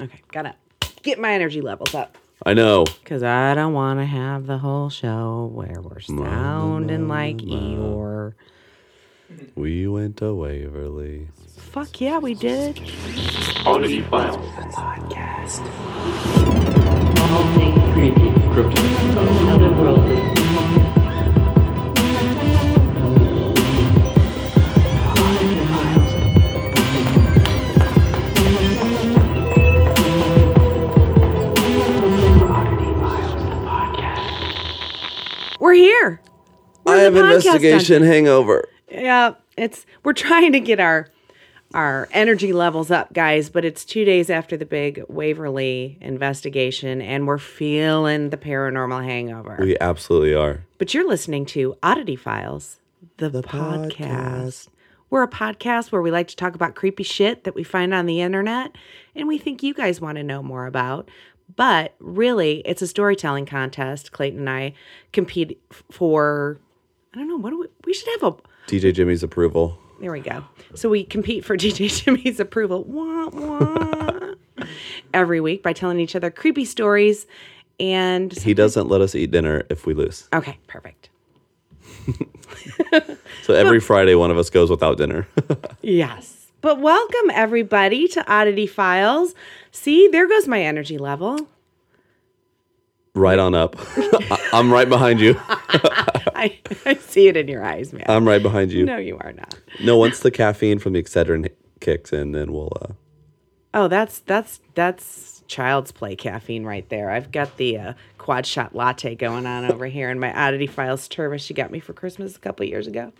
Okay, gotta get my energy levels up. I know. Because I don't want to have the whole show where we're sounding like Eeyore. We went to Waverly. Fuck yeah, we did. Oddity File. All things printed. Otherworldly. We're here. We're I have the podcast investigation done. hangover. Yeah, it's we're trying to get our our energy levels up, guys. But it's two days after the big Waverly investigation, and we're feeling the paranormal hangover. We absolutely are. But you're listening to Oddity Files, the, podcast. We're a podcast where we like to talk about creepy shit that we find on the internet and we think you guys want to know more about. But really, it's a storytelling contest. Clayton and I compete f- for, I don't know, what do we, we should have a, DJ Jimmy's approval. there we go. So we compete for DJ Jimmy's approval wah, wah, every week by telling each other creepy stories. And He doesn't let us eat dinner if we lose. okay, perfect. So every Friday, one of us goes without dinner. Yes. But welcome everybody to Oddity Files. See, there goes my energy level. right on up. I- I'm right behind you. I, I see it in your eyes, man. I'm right behind you. no, you are not. No, once the caffeine from the Excedrin kicks in, then we'll. Uh, Oh, that's that's that's child's play caffeine right there. I've got the uh, quad shot latte going on over here in my Oddity Files thermos you got me for Christmas a couple years ago.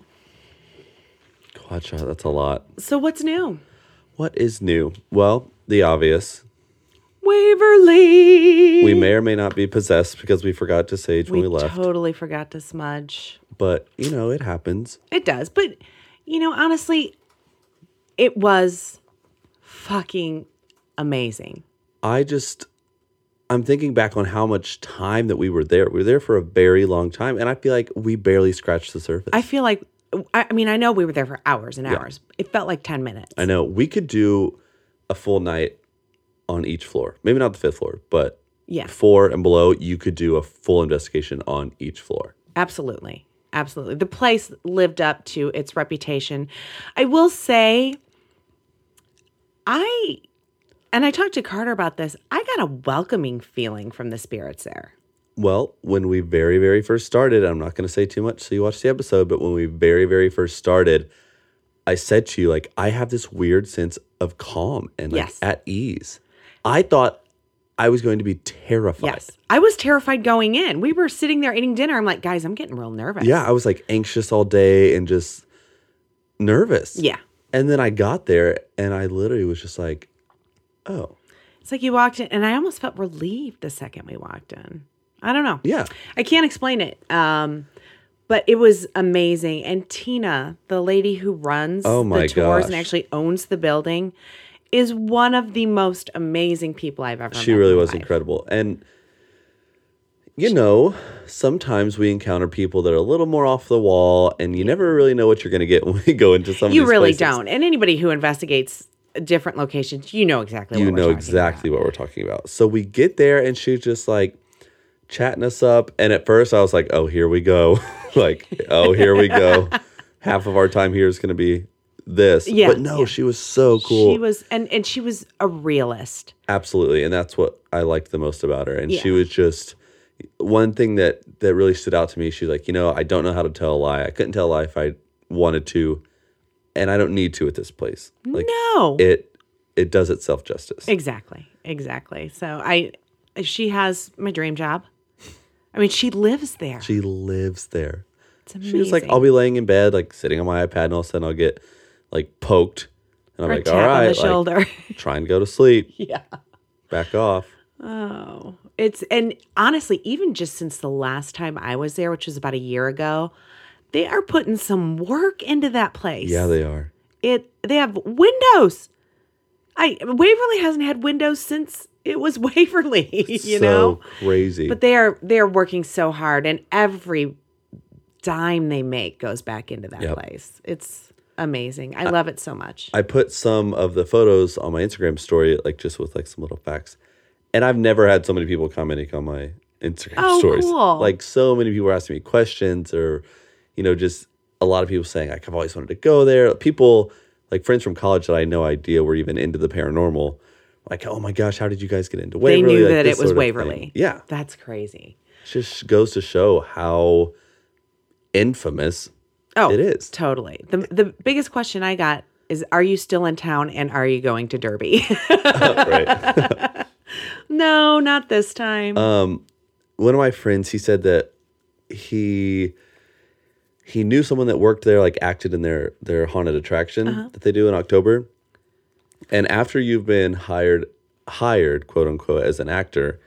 watch out. That's a lot. So what's new? What is new? Well, the obvious. Waverly. We may or may not be possessed because we forgot to sage when we left. totally forgot to smudge. but you know, it happens. It does. But, you know, honestly, it was fucking amazing. I just I'm thinking back on how much time that we were there. We were there for a very long time, and I feel like we barely scratched the surface. I feel like, I I mean, I know we were there for hours and hours. It felt like 10 minutes. I know we could do a full night on each floor. Maybe not the fifth floor, but Yeah. four and below, you could do a full investigation on each floor. Absolutely. Absolutely. The place lived up to its reputation. I will say, I, and I talked to Carter about this, I got a welcoming feeling from the spirits there. Well, when we very, very first started, I'm not going to say too much, so you watch the episode, but when we very, very first started, I said to you, like, I have this weird sense of calm and like Yes. at ease. I thought I was going to be terrified. Yes. I was terrified going in. We were sitting there eating dinner. I'm like, guys, I'm getting real nervous. Yeah, I was like anxious all day and just nervous. Yeah. And then I got there and I literally was just like, oh, It's like you walked in, and I almost felt relieved the second we walked in. I don't know. yeah. I can't explain it. Um, but it was amazing. And Tina, the lady who runs Oh my the tours and gosh. actually owns the building, is one of the most amazing people I've ever met. She really in my was life. incredible. And you know, sometimes we encounter people that are a little more off the wall, and you never really know what you're going to get when we go into some. of You these really places. don't. And anybody who investigates different locations, you know exactly You what we're know talking exactly what we're talking about. So we get there, and she's just like chatting us up. And at first, I was like, "Oh, here we go!" like, "Oh, here we go." Half of our time here is going to be this. Yeah, but no, yeah. she was so about. cool. She was and, and she was a realist. Absolutely, and that's what I liked the most about her. And she Yeah. was just one thing that that really stood out to me. She's like, you know, I don't know how to tell a lie. I couldn't tell a lie if I wanted to, and I don't need to at this place. Like No. it, it does itself justice. Exactly. Exactly. So I she has my dream job. I mean, she lives there. she lives there. it's amazing. She was like, I'll be laying in bed, like sitting on my iPad, and all of a sudden I'll get like poked, and I'm Or a "Oh, like, tap all on the right, like, shoulder. try and go to sleep, yeah. back off. Oh. It's and honestly, even just since the last time I was there, which was about a year ago, they are putting some work into that place. Yeah, they are. it they have windows. I Waverly hasn't had windows since it was Waverly, you so know? crazy. But they are they are working so hard, and every dime they make goes back into that Yep. place. It's amazing. I love it so much. I put some of the photos on my Instagram story, like just with like some little facts. And I've never had so many people commenting on my Instagram Oh, stories. cool. Like so many people were asking me questions or, you know, just a lot of people saying, like, I've always wanted to go there. People like friends from college that I had no idea were even into the paranormal. Like, oh my gosh, how did you guys get into they Waverly? knew Like, that this it was sort of thing. Waverly. Yeah. That's crazy. Just goes to show how infamous Oh, It is. Totally. The, the biggest question I got is Are you still in town and are you going to Derby? right. no, not this time. Uh, one of my friends he said that he he knew someone that worked there like acted in their their haunted attraction that they do in october and after you've been hired hired quote unquote as an actor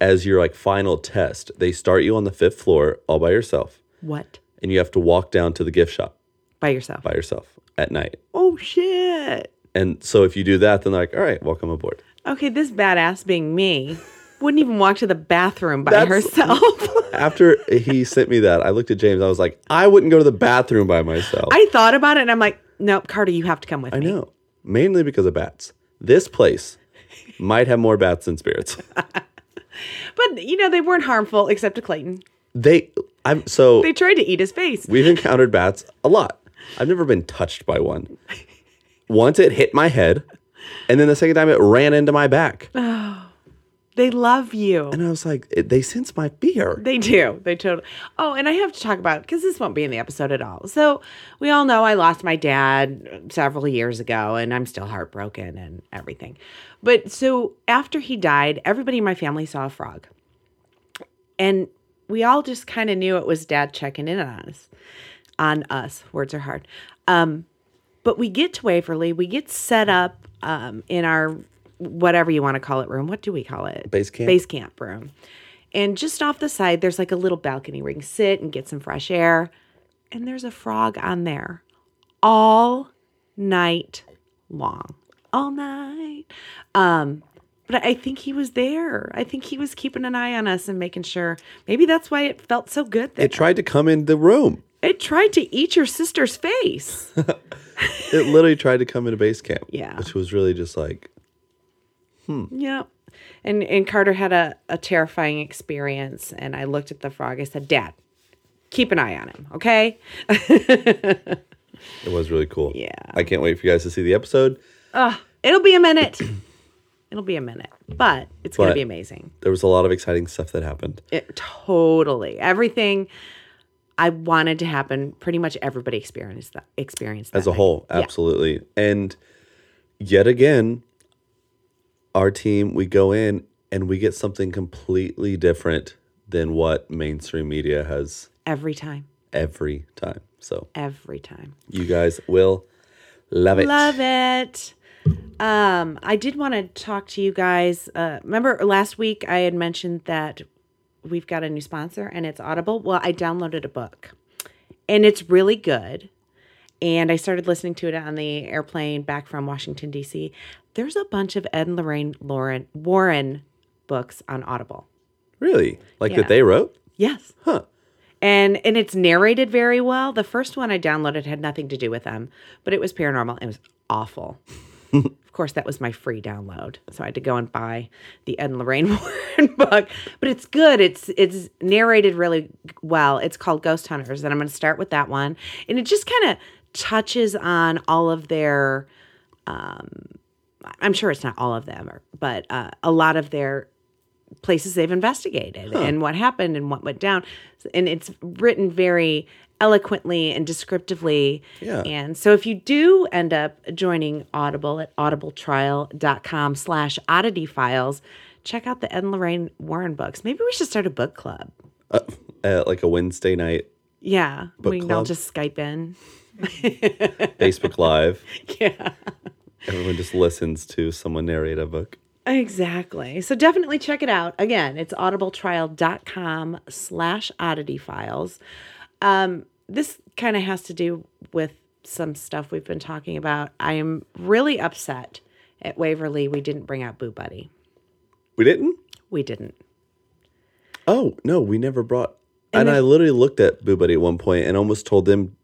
as your like final test they start you on the fifth floor all by yourself what? and you have to walk down to the gift shop By yourself. by yourself at night Oh, shit. and so if you do that then they're like all right welcome aboard Okay, this badass being me wouldn't even walk to the bathroom by That's- herself. after he sent me that i looked at james i was like i wouldn't go to the bathroom by myself I thought about it and I'm like, Nope, Carter, you have to come with I me. know. Mainly because of bats. This place might have more bats than spirits. But, you know, they weren't harmful except to Clayton. They I'm so They tried to eat his face. we've encountered bats a lot. I've never been touched by one. Once it hit my head, and then the second time it ran into my back. Uh-huh. And They love you. I was like, "It- they sense my fear. They do. They totally. Oh, and I have to talk about because this won't be in the episode at all. So we all know I lost my dad several years ago, and I'm still heartbroken and everything. But so after he died, everybody in my family saw a frog, and we all just kind of knew it was dad checking in on us. On us, words are hard. Um, but we get to Waverly, we get set up um, in our whatever you want to call it room. What do we call it? Base camp? Base camp room. And just off the side, there's like a little balcony where you can sit and get some fresh air. And there's a frog on there all night long. All night. Um, but I think he was there. I think he was keeping an eye on us and making sure. Maybe that's why it felt so good there. It tried to come in the room. it tried to eat your sister's face. It literally tried to come into base camp. Yeah. Which was really just like, Yep. And and Carter had a, a terrifying experience and I looked at the frog. I said, Dad, keep an eye on him, okay? it was really cool. Yeah. I can't wait for you guys to see the episode. It'll be a minute. It'll be a minute. But it's gonna But- be amazing. There was a lot of exciting stuff that happened. It, totally. Everything I wanted to happen, pretty much everybody experienced that experienced that as a night. whole absolutely and yet again our team we go in and we get something completely different than what mainstream media has Every time. every time so Every time. you guys will love it Love it. Um, I did want to talk to you guys. Uh, remember last week I had mentioned that we've got a new sponsor and it's Audible. Well, I downloaded a book and it's really good. And I started listening to it on the airplane back from Washington, D.C. There's a bunch of Ed and Lorraine Lauren, Warren books on Audible. really like Yeah. that they wrote Yes. Huh. And and it's narrated very well. The first one I downloaded had nothing to do with them, but it was paranormal. It was awful. of course, that was my free download, so I had to go and buy the Ed and Lorraine Warren book. But it's good. It's it's narrated really well. It's called Ghost Hunters, and I'm going to start with that one. And it just kind of touches on all of their I'm sure it's not all of them, or, but uh, a lot of their places they've investigated and what happened and what went down. And it's written very eloquently and descriptively. Yeah. And so if you do end up joining Audible at audibletrial.com slash oddity files, check out the Ed and Lorraine Warren books. Maybe we should start a book club. uh, like a wednesday night Yeah. we can all club? just Skype in. facebook live Yeah. everyone just listens to someone narrate a book Exactly. So definitely check it out. Again, it's audibletrial.com slash oddity files. Um, this kind of has to do with some stuff we've been talking about. I am really upset at Waverly. We didn't bring out Boo Buddy. we didn't We didn't. oh no we never brought and, i literally looked at boo buddy at one point and almost told them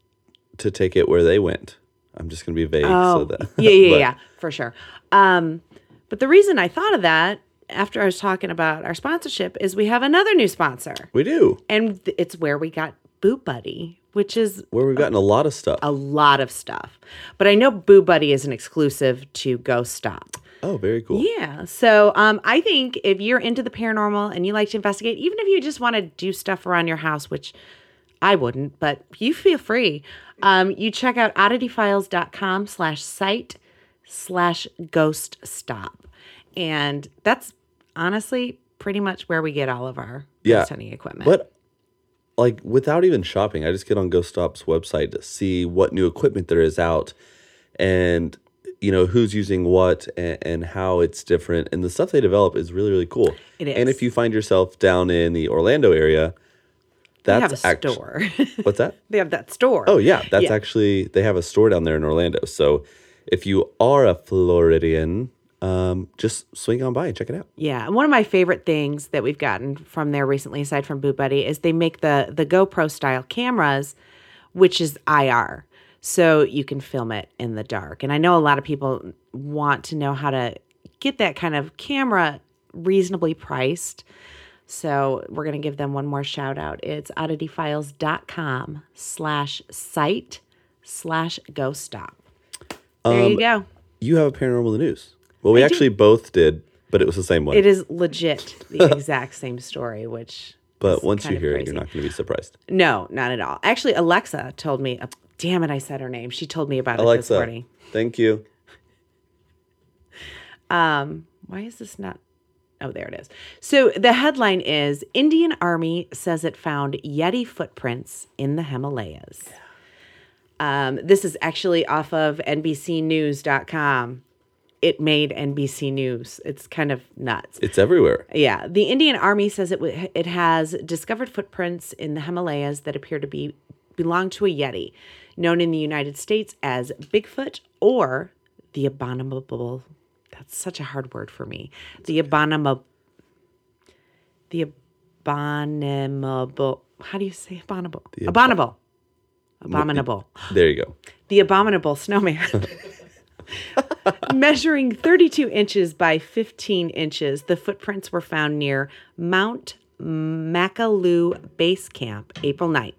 to take it where they went. I'm just gonna be vague. so Oh, that, yeah, yeah, but- yeah, for sure. Um, but the reason I thought of that after I was talking about our sponsorship is we have another new sponsor, We do. and th- it's where we got Boot Buddy, which is Where we've gotten a lot of stuff. Oh. a lot of stuff. But I know Boo Buddy is an exclusive to Go Stop. Oh, very cool. Yeah. So um, I think if you're into the paranormal and you like to investigate, even if you just want to do stuff around your house, which I wouldn't, but you feel free. Um, you check out oddityfiles.com slash site slash ghost stop. And that's honestly pretty much where we get all of our Yeah. ghost hunting equipment. But like without even shopping, I just get on GoStop's website to see what new equipment there is out and you know who's using what and, and how it's different and the stuff they develop is really really cool. It And is. if you find yourself down in the Orlando area, they that's have a act- store. What's that? they have that store. Oh yeah, that's Yeah. actually they have a store down there in Orlando. So if you are a Floridian, um, just swing on by and check it out. Yeah, and one of my favorite things that we've gotten from there recently, aside from Boot Buddy, is they make the the GoPro style cameras, which is IR, so you can film it in the dark. And I know a lot of people want to know how to get that kind of camera reasonably priced. So we're gonna give them one more shout out. It's oddityfiles.com slash site slash go stop. There you go. You have a paranormal in the news. Well, we I do. actually both did, but it was the same one. It is legit the exact same story, which But is once you kind of hear it, crazy. you're not going to be surprised. No, not at all. Actually, Alexa told me. Uh, damn it, I said her name. She told me about it this Alexa, morning. thank you. Um, why is this not? Oh, there it is. So the headline is Indian Army says it found Yeti footprints in the Himalayas. Um, this is actually off of NBCNews.com. It made NBC News. It's kind of nuts. It's everywhere. Yeah, the Indian Army says it w- it has discovered footprints in the Himalayas that appear to be belong to a yeti, known in the United States as Bigfoot or the abominable. That's such a hard word for me. The abominable. The abominable. How do you say abominable? abominable. Abominable There you go. the abominable snowman. Measuring 32 inches by 15 inches, the footprints were found near Mount Makalu Base Camp April 9th.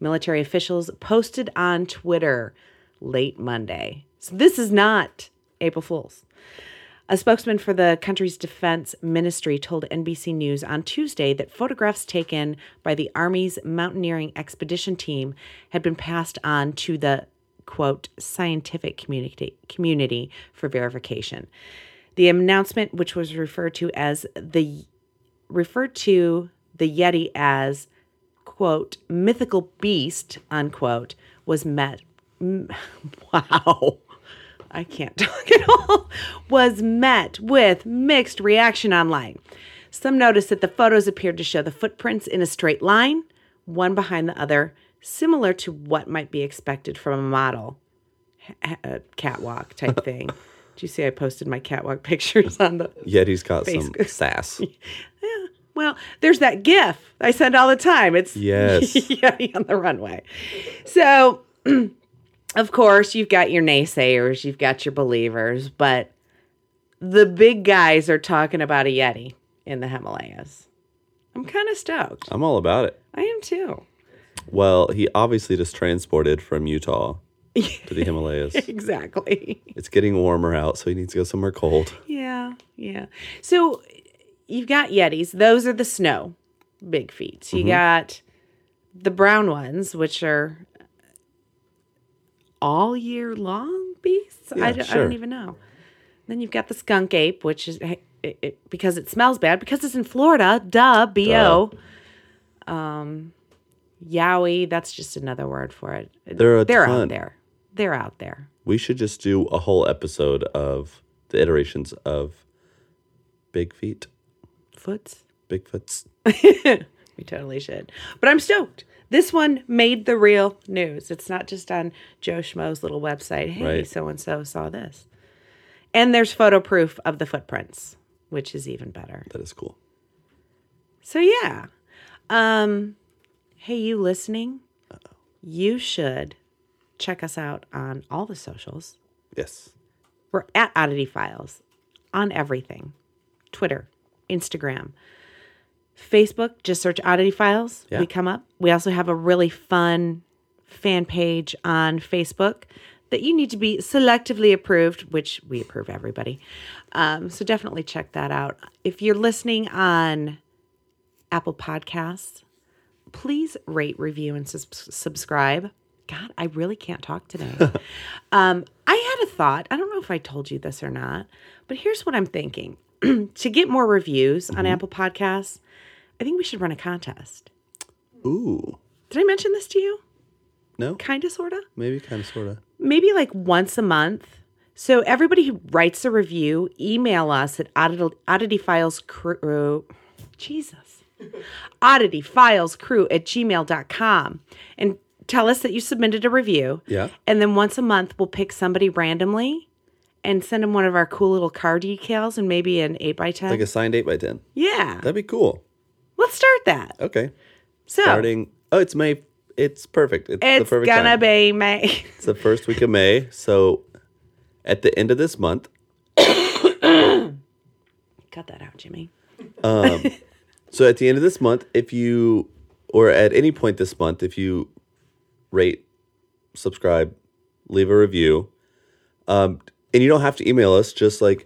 Military officials posted on Twitter late Monday. So this is not April Fool's. A spokesman for the country's defense ministry told NBC News on Tuesday that photographs taken by the Army's mountaineering expedition team had been passed on to the quote scientific community community for verification. The announcement, which was referred to as the referred to the Yeti as quote mythical beast unquote, was met. m- Wow. I can't talk at all, was met with mixed reaction online. Some noticed that the photos appeared to show the footprints in a straight line, one behind the other, similar to what might be expected from a model ha- a catwalk type thing. Do you see I posted my catwalk pictures on the Yeti's got some Basically. sass. well, there's that GIF I send all the time. It's Yes. Yeti on the runway. So, of course, you've got your naysayers, you've got your believers, but the big guys are talking about a Yeti in the Himalayas. I'm kind of stoked. I'm all about it. I am too. Well, he obviously just transported from Utah to the Himalayas. Exactly. it's getting warmer out, so he needs to go somewhere cold. Yeah, yeah. So you've got Yetis. Those are the snow big feet. Mm-hmm. You got the brown ones, which are all year long beasts. Yeah, I, don't, I sure. don't even know. Then you've got the skunk ape, which is it, it, because it smells bad because it's in Florida. Duh, bo. Um, yowie. That's just another word for it. There are a They're ton. out there. They're out there. We should just do a whole episode of the iterations of Big Feet, Foots. Bigfoots. We totally should. But I'm stoked. This one made the real news. It's not just on Joe Schmo's little website. Hey, Right. so and so saw this. And there's photo proof of the footprints, which is even better. That is cool. So yeah. Um hey you listening? You should Check us out on all the socials. Yes. We're at Oddity Files on everything Twitter, Instagram, Facebook. Just search Oddity Files. Yeah. We come up. We also have a really fun fan page on Facebook that you need to be selectively approved, which we approve everybody. Um, so definitely check that out. If you're listening on Apple Podcasts, please rate, review, and sus- subscribe. God, I really can't talk today. um, I had a thought. I don't know if I told you this or not, but here's what I'm thinking. to get more reviews on Apple Podcasts, I think we should run a contest. Ooh. Did I mention this to you? No. Kinda, sorta? Maybe kind of sort of. Maybe like once a month. So everybody who writes a review, email us at oddity, oddity files crew. Jesus. oddity files crew at gmail.com and tell us that you submitted a review. Yeah. And then once a month, we'll pick somebody randomly and send them one of our cool little car decals and maybe an 8x10. Like a signed 8 by 10 yeah. That'd be cool. Let's start that. Okay. So Starting. Oh, it's May. It's perfect. It's, the it's perfect gonna time. be May. It's the first week of May. So at the end of this month, Cut that out, Jimmy. So at the end of this month, if you or at any point this month, if you rate, subscribe, leave a review, um, and you don't have to email us, just like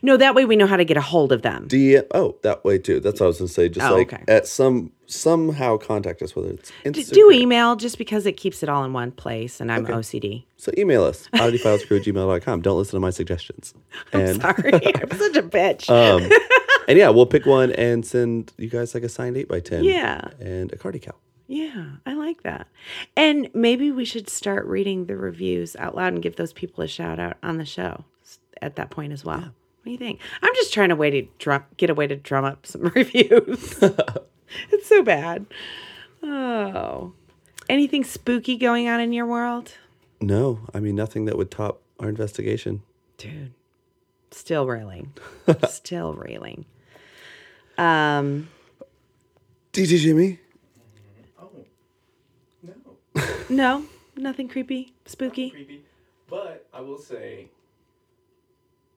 No, that way we know how to get a hold of them. DM. Oh, that way too. That's what I was gonna say. Just Oh, like okay. at some somehow contact us, whether it's Instagram. Just do email just because it keeps it all in one place and I'm OCD. So email us oddityfilescrew@gmail.com. Don't listen to my suggestions. And Sorry, I'm such a bitch. um, and yeah, we'll pick one and send you guys like a signed eight by ten. Yeah. and a cardi cow. yeah, I like that. And maybe we should start reading the reviews out loud and give those people a shout out on the show s- at that point as well. What do you think? I'm just trying to way to drum, get a way to drum up some reviews. it's so bad. Oh, anything spooky going on in your world, No, I mean nothing that would top our investigation. dude? Still railing. Still railing. Um. DJ Jimmy. No, No, nothing creepy, spooky. creepy. But I will say,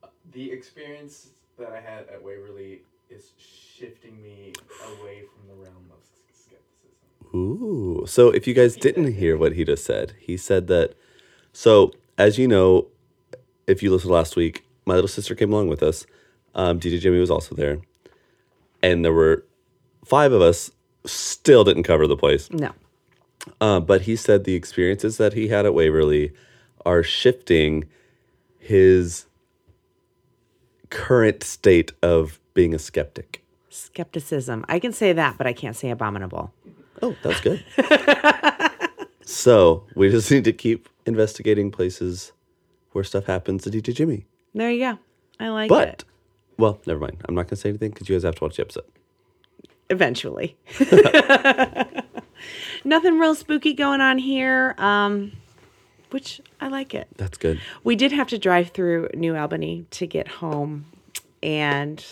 uh, the experience that I had at Waverly is shifting me away from the realm of s- skepticism. Ooh. So if you guys didn't hear what he just said, he said that. So as you know, if you listened last week, my little sister came along with us. Um, DJ Jimmy was also there, and there were five of us. Still didn't cover the place. No. Uh, but he said the experiences that he had at Waverly are shifting his current state of being a skeptic. Skepticism. I can say that, but I can't say abominable. Oh, that's good. so we just need to keep investigating places where stuff happens to DJ Jimmy. There you go. I like But, it. well, never mind. I'm not going to say anything because you guys have to watch the episode. Eventually. Nothing real spooky going on here, um, which I like it. That's good. We did have to drive through New Albany to get home, and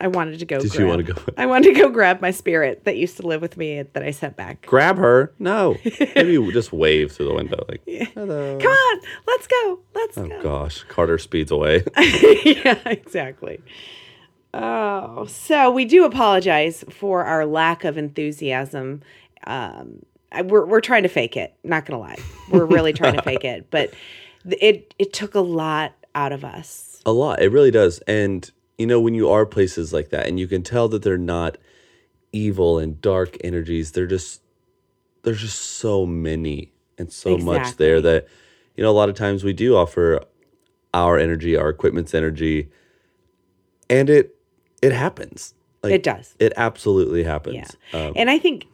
I wanted to go. Did grab, you wanna go- I wanted to go grab my spirit that used to live with me that I sent back. Grab her. No. Maybe we just wave through the window. Like, hello. Come on, let's go. Let's go. Oh, gosh. Carter speeds away. yeah, exactly. Oh, so we do apologize for our lack of enthusiasm. Um, I- we're we're trying to fake it. Not gonna lie, we're really trying to fake it. But th- it it took a lot out of us. a lot. It really does. And, you know, when you are places like that and you can tell that they're not evil and dark energies, they're just there's just so many and so much there Exactly. that you know a lot of times we do offer our energy our equipment's energy and it it happens like It does. it absolutely Yeah, happens um, and I think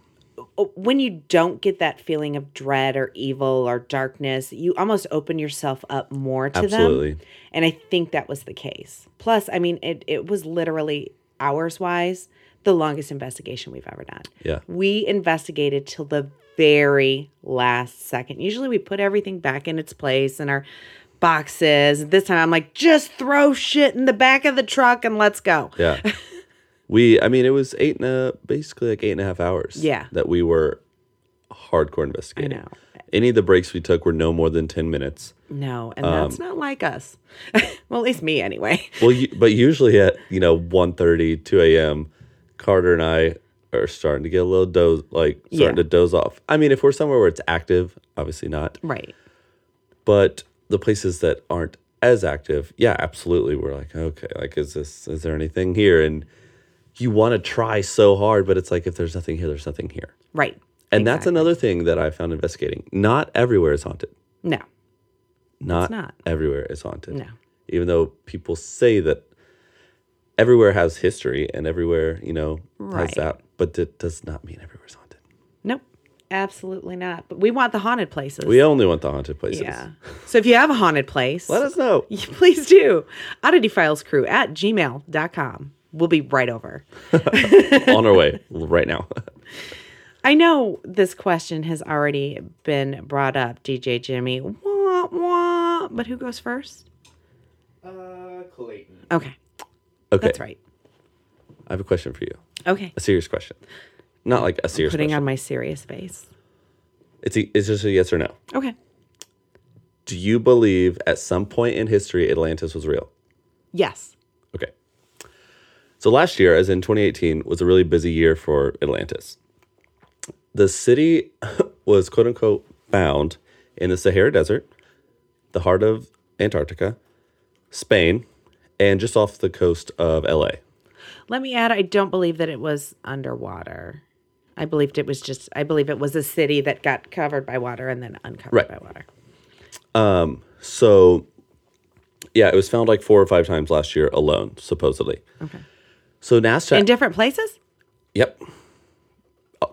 uh, when you don't get that feeling of dread or evil or darkness, you almost open yourself up more to them. absolutely And I think that was the case. Plus, I mean, it, it was literally hours wise the longest investigation we've ever done. Yeah. We investigated till the very last second. Usually we put everything back in its place in our boxes. This time I'm like, just throw shit in the back of the truck and let's go. yeah we i mean it was eight and a basically like eight and a half hours Yeah. that we were hardcore I investigating know. Any of the breaks we took were no more than 10 minutes. No, and that's Um, not like us. well, at least me anyway. Well, you, but usually at, you know, 1.30, 2 a.m., Carter and I are starting to get a little doze, like starting Yeah. to doze off. I mean, if we're somewhere where it's active, obviously not. Right. but the places that aren't as active yeah absolutely we're like okay like is this is there anything here and you want to try so hard but it's like if there's nothing here there's nothing here Right. and that's another thing that i found investigating not everywhere is haunted No. not, not. everywhere is haunted No. even though people say that everywhere has history and everywhere you know Right. has that but that does not mean everywhere's haunted Nope. Absolutely not. But we want the haunted places. we only want the haunted places yeah. So if you have a haunted place, let us know please do. Oddityfilescrew at gmail.com. We'll be right over. on our way right now I know this question has already been brought up, DJ Jimmy. Wah, wah. But who goes first? Uh, Clayton. Okay. okay That's right. i have a question for you Okay. A serious question. Not like a serious Putting question. on my serious face. it's, a, it's just a yes or no. Okay. Do you believe at some point in history Atlantis was real? Yes. Okay. So last year, as in 2018, was a really busy year for Atlantis. The city was quote unquote bound in the Sahara Desert, the heart of Antarctica, Spain, and just off the coast of LA. Let me add, I don't believe that it was underwater. I believed it was just, I believe it was a city that got covered by water and then uncovered Right. by water. So, yeah, it was found like four or five times last year alone, supposedly. Okay. So NASA In different places? Yep.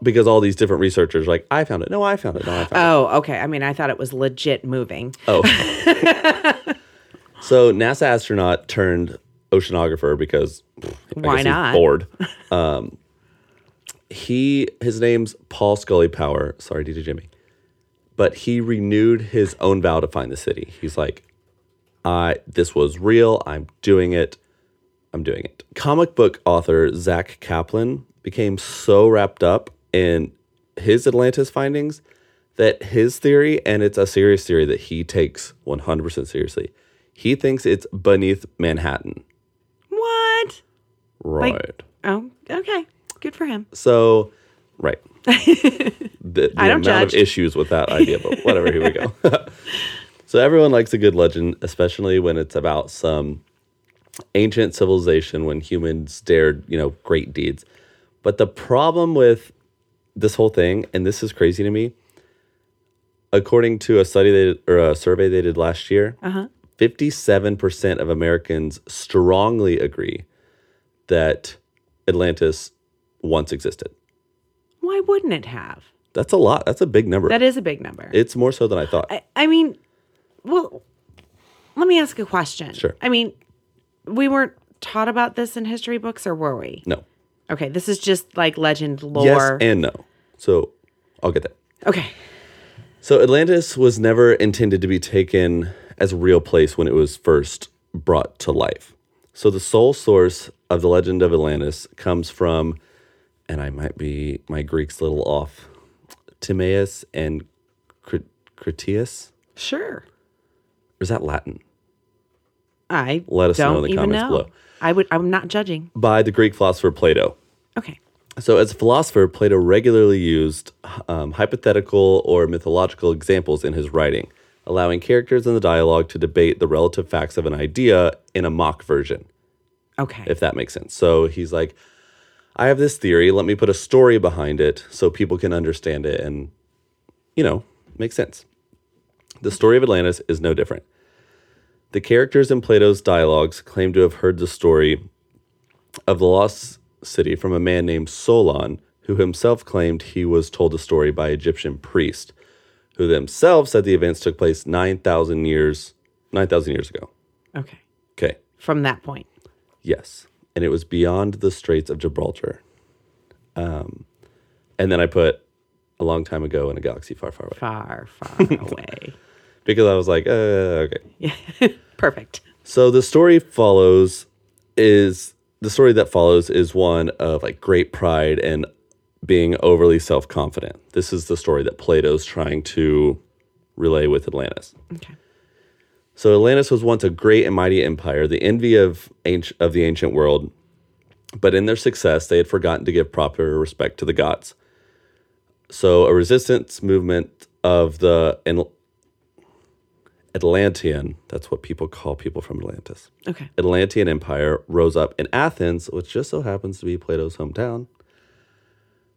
Because all these different researchers are like, I found it. No, I found it. No, I found it. Oh, okay. I mean, I thought it was legit moving. Oh. so NASA astronaut turned oceanographer because pff, I Why guess he's not? bored. Um, he his name's Paul Scully Power. Sorry, DJ Jimmy, but he renewed his own vow to find the city. He's like, I this was real. I'm doing it. I'm doing it. Comic book author Zach Kaplan became so wrapped up in his Atlantis findings that his theory, and it's a serious theory that he takes 100% seriously, he thinks it's beneath Manhattan. What? Right. Oh, okay. Good for him. so, right. the the I don't amount of judge. issues with that idea, but whatever, here we go. so, everyone likes a good legend, especially when it's about some ancient civilization when humans dared, you know, great deeds. But the problem with this whole thing, and this is crazy to me, according to a study they or a survey they did last year, Uh-huh. fifty-seven percent of Americans strongly agree that Atlantis once existed. Why wouldn't it have? That's a lot. That's a big number. That is a big number. it's more so than I thought. I, I mean, well, let me ask a question. Sure. I mean, we weren't taught about this in history books, or were we? no. Okay. This is just like legend lore. Yes and no. So I'll get that. okay. So Atlantis was never intended to be taken as a real place when it was first brought to life. So the sole source of the legend of Atlantis comes from, and I might be my Greek's a little off, Timaeus and Crit- Critias. Sure. Or is that Latin? I Let us know don't in the even comments know. below. I would. I'm not judging. By the Greek philosopher Plato. Okay. So, as a philosopher, Plato regularly used um, hypothetical or mythological examples in his writing, allowing characters in the dialogue to debate the relative facts of an idea in a mock version, Okay. if that makes sense. So, he's like, I have this theory. Let me put a story behind it so people can understand it and, you know, make sense. The story of Atlantis is no different. The characters in Plato's dialogues claim to have heard the story of the lost city from a man named Solon, who himself claimed he was told the story by Egyptian priest, who themselves said the events took place 9,000 years 9,000 years ago. okay. Okay. From that point. Yes. And it was beyond the Straits of Gibraltar. Um, and then I put a long time ago in a galaxy far, far away Far, far away. because I was like, uh, okay. Perfect. So the story follows is the story that follows is one of like great pride and being overly self confident. This is the story that Plato's trying to relay with Atlantis. Okay. So Atlantis was once a great and mighty empire, the envy of ancient, of the ancient world. But in their success, they had forgotten to give proper respect to the gods. So a resistance movement of the Atl- Atlantean, that's what people call people from Atlantis. Okay. Atlantean Empire rose up in Athens, which just so happens to be Plato's hometown.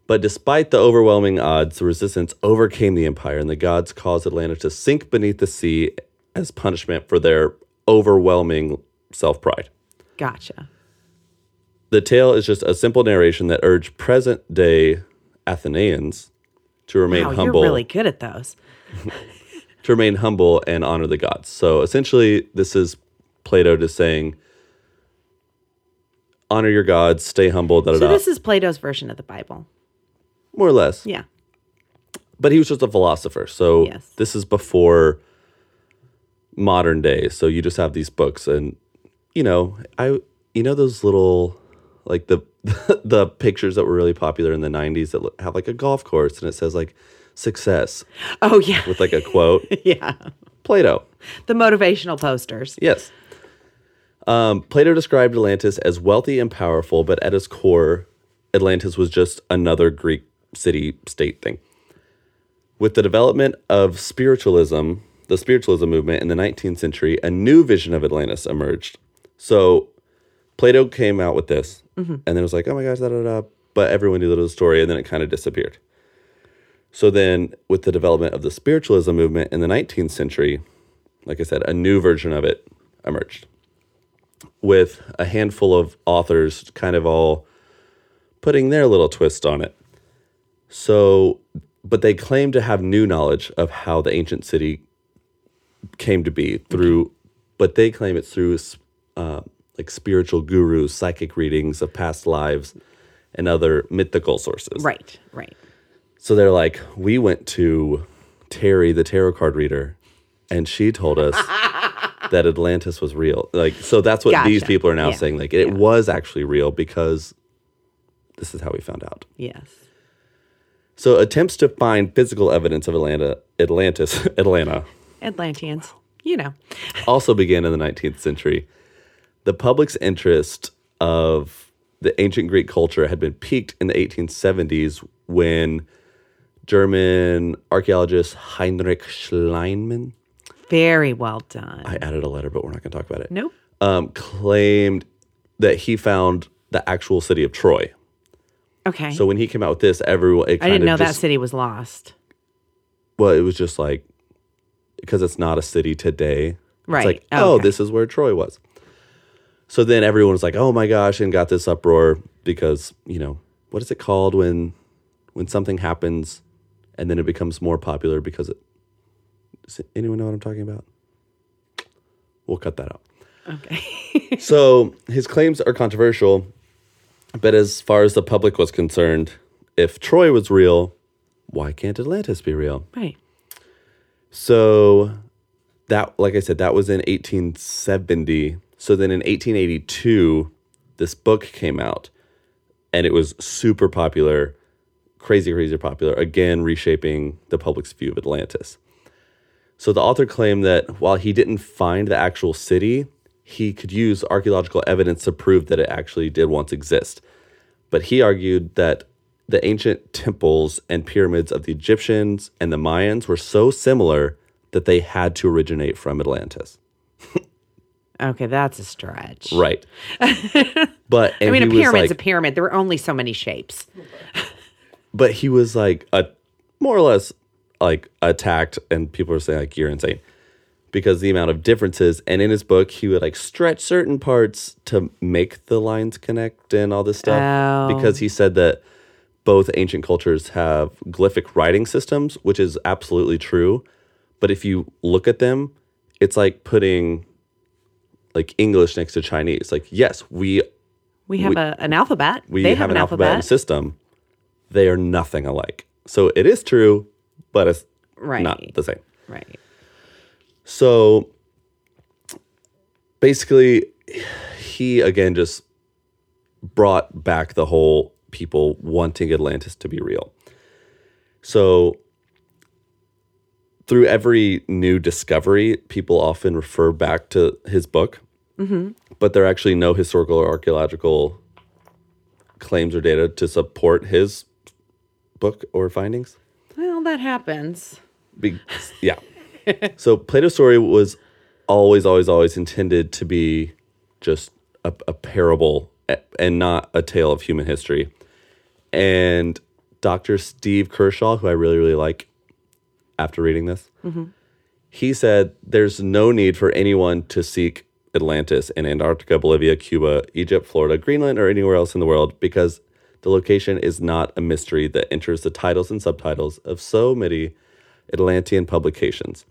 But despite the overwhelming odds, the resistance overcame the empire, and the gods caused Atlantis to sink beneath the sea as punishment for their overwhelming self pride. Gotcha. The tale is just a simple narration that urged present day Athenians to remain Wow, humble you're really good at those. to remain humble and honor the gods. So essentially, this is Plato just saying, honor your gods, stay humble, da da So da. this is Plato's version of the Bible. More or less. Yeah. But he was just a philosopher. So Yes. this is before modern day. So you just have these books and you know, I you know those little like the the pictures that were really popular in the 90s that look- have like a golf course and it says like success Oh yeah. with like a quote. yeah. Plato. The motivational posters. Yes. Um, Plato described Atlantis as wealthy and powerful, but at its core, Atlantis was just another Greek city state thing. With the development of spiritualism, the spiritualism movement in the 19th century, a new vision of Atlantis emerged. So Plato came out with this, and then it was like, oh my gosh, da da da. But everyone knew the little story, and then it kind of disappeared. So then, with the development of the spiritualism movement in the 19th century, like I said, a new version of it emerged with a handful of authors kind of all putting their little twist on it. So, but they claim to have new knowledge of how the ancient city came to be through, but they claim it's through uh, like spiritual gurus, psychic readings of past lives, and other mythical sources. Right. Right. So they're like, we went to Terry, the tarot card reader, and she told us that Atlantis was real. Like, so that's what these Gotcha. people are now Yeah. saying. Like, it was actually real because this is how we found out. Yes. So attempts to find physical evidence of Atlanta, Atlantis, Atlanta, Atlanteans. You know. also began in the 19th century. The public's interest of the ancient Greek culture had been peaked in the 1870s when German archaeologist Heinrich Schliemann, Very well done. I added a letter, but we're not going to talk about it, nope. um, claimed that he found the actual city of Troy. Okay. So when he came out with this, everyone, it I kind didn't know of that just, city was lost. well, it was just like, because it's not a city today, Right. It's like, oh, okay. this is where Troy was. So then everyone was like, oh my gosh, and got this uproar because, you know, what is it called when when something happens and then it becomes more popular because it does anyone know what I'm talking about? We'll cut that out. Okay. So his claims are controversial, but as far as the public was concerned, if Troy was real, why can't Atlantis be real? right. So that, like I said, that was in 1870. So then in 1882, this book came out and it was super popular, crazy, crazy popular, again, reshaping the public's view of Atlantis. So the author claimed that while he didn't find the actual city, he could use archaeological evidence to prove that it actually did once exist. But he argued that the ancient temples and pyramids of the Egyptians and the Mayans were so similar that they had to originate from Atlantis. Okay, that's a stretch. Right. but and I mean, a he was pyramid's like, a pyramid. There were only so many shapes. but he was like a more or less like attacked and people were saying like you're insane because the amount of differences and in his book he would like stretch certain parts to make the lines connect and all this stuff Oh. because he said that both ancient cultures have glyphic writing systems which is absolutely true but if you look at them it's like putting like english next to chinese like yes we We have a, an alphabet. we they have, an alphabet, and system, they are nothing alike. So it is true, but it's Right. not the same. Right. So basically, he again just brought back the whole people wanting Atlantis to be real. So through every new discovery, people often refer back to his book, but there are actually no historical or archaeological claims or data to support his book or findings. Well, that happens. Be- yeah. so Plato's story was always, always, always intended to be just a, a parable a- and not a tale of human history. And Dr. Steve Kershaw, who I really, really like after reading this, he said there's no need for anyone to seek Atlantis in Antarctica, Bolivia, Cuba, Egypt, Florida, Greenland, or anywhere else in the world because the location is not a mystery that enters the titles and subtitles of so many Atlantean publications.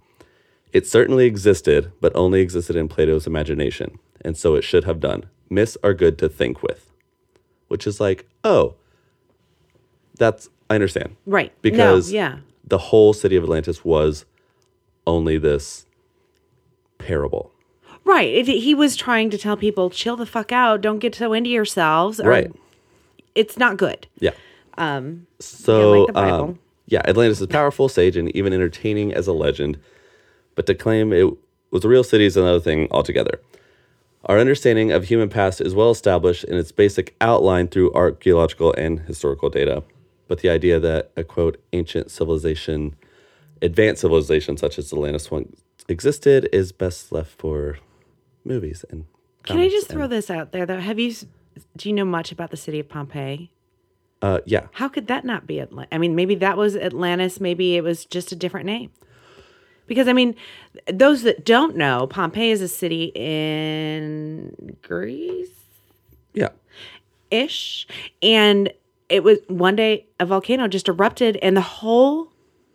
It certainly existed, but only existed in Plato's imagination, and so it should have done. Myths are good to think with, which is like, oh, that's I understand Right. No, because yeah. the whole city of Atlantis was only this parable. Right. It, he was trying to tell people, chill the fuck out. Don't get so into yourselves. Or Right. It's not good. Yeah. Um, So, the Bible. um, yeah, Atlantis is powerful, sage, and even entertaining as a legend, but to claim it was a real city is another thing altogether. Our understanding of human past is well established in its basic outline through archaeological and historical data, but the idea that a quote ancient civilization, advanced civilization such as Atlantis once existed, is best left for movies and. can I comics just and- throw this out there, though? Have you, s- do you know much about the city of Pompeii? Uh, yeah, How could that not be Atlantis? I mean, maybe that was Atlantis. Maybe it was just a different name. Because, I mean, those that don't know, Pompeii is a city in Greece. yeah. ish. And it was one day a volcano just erupted, and the whole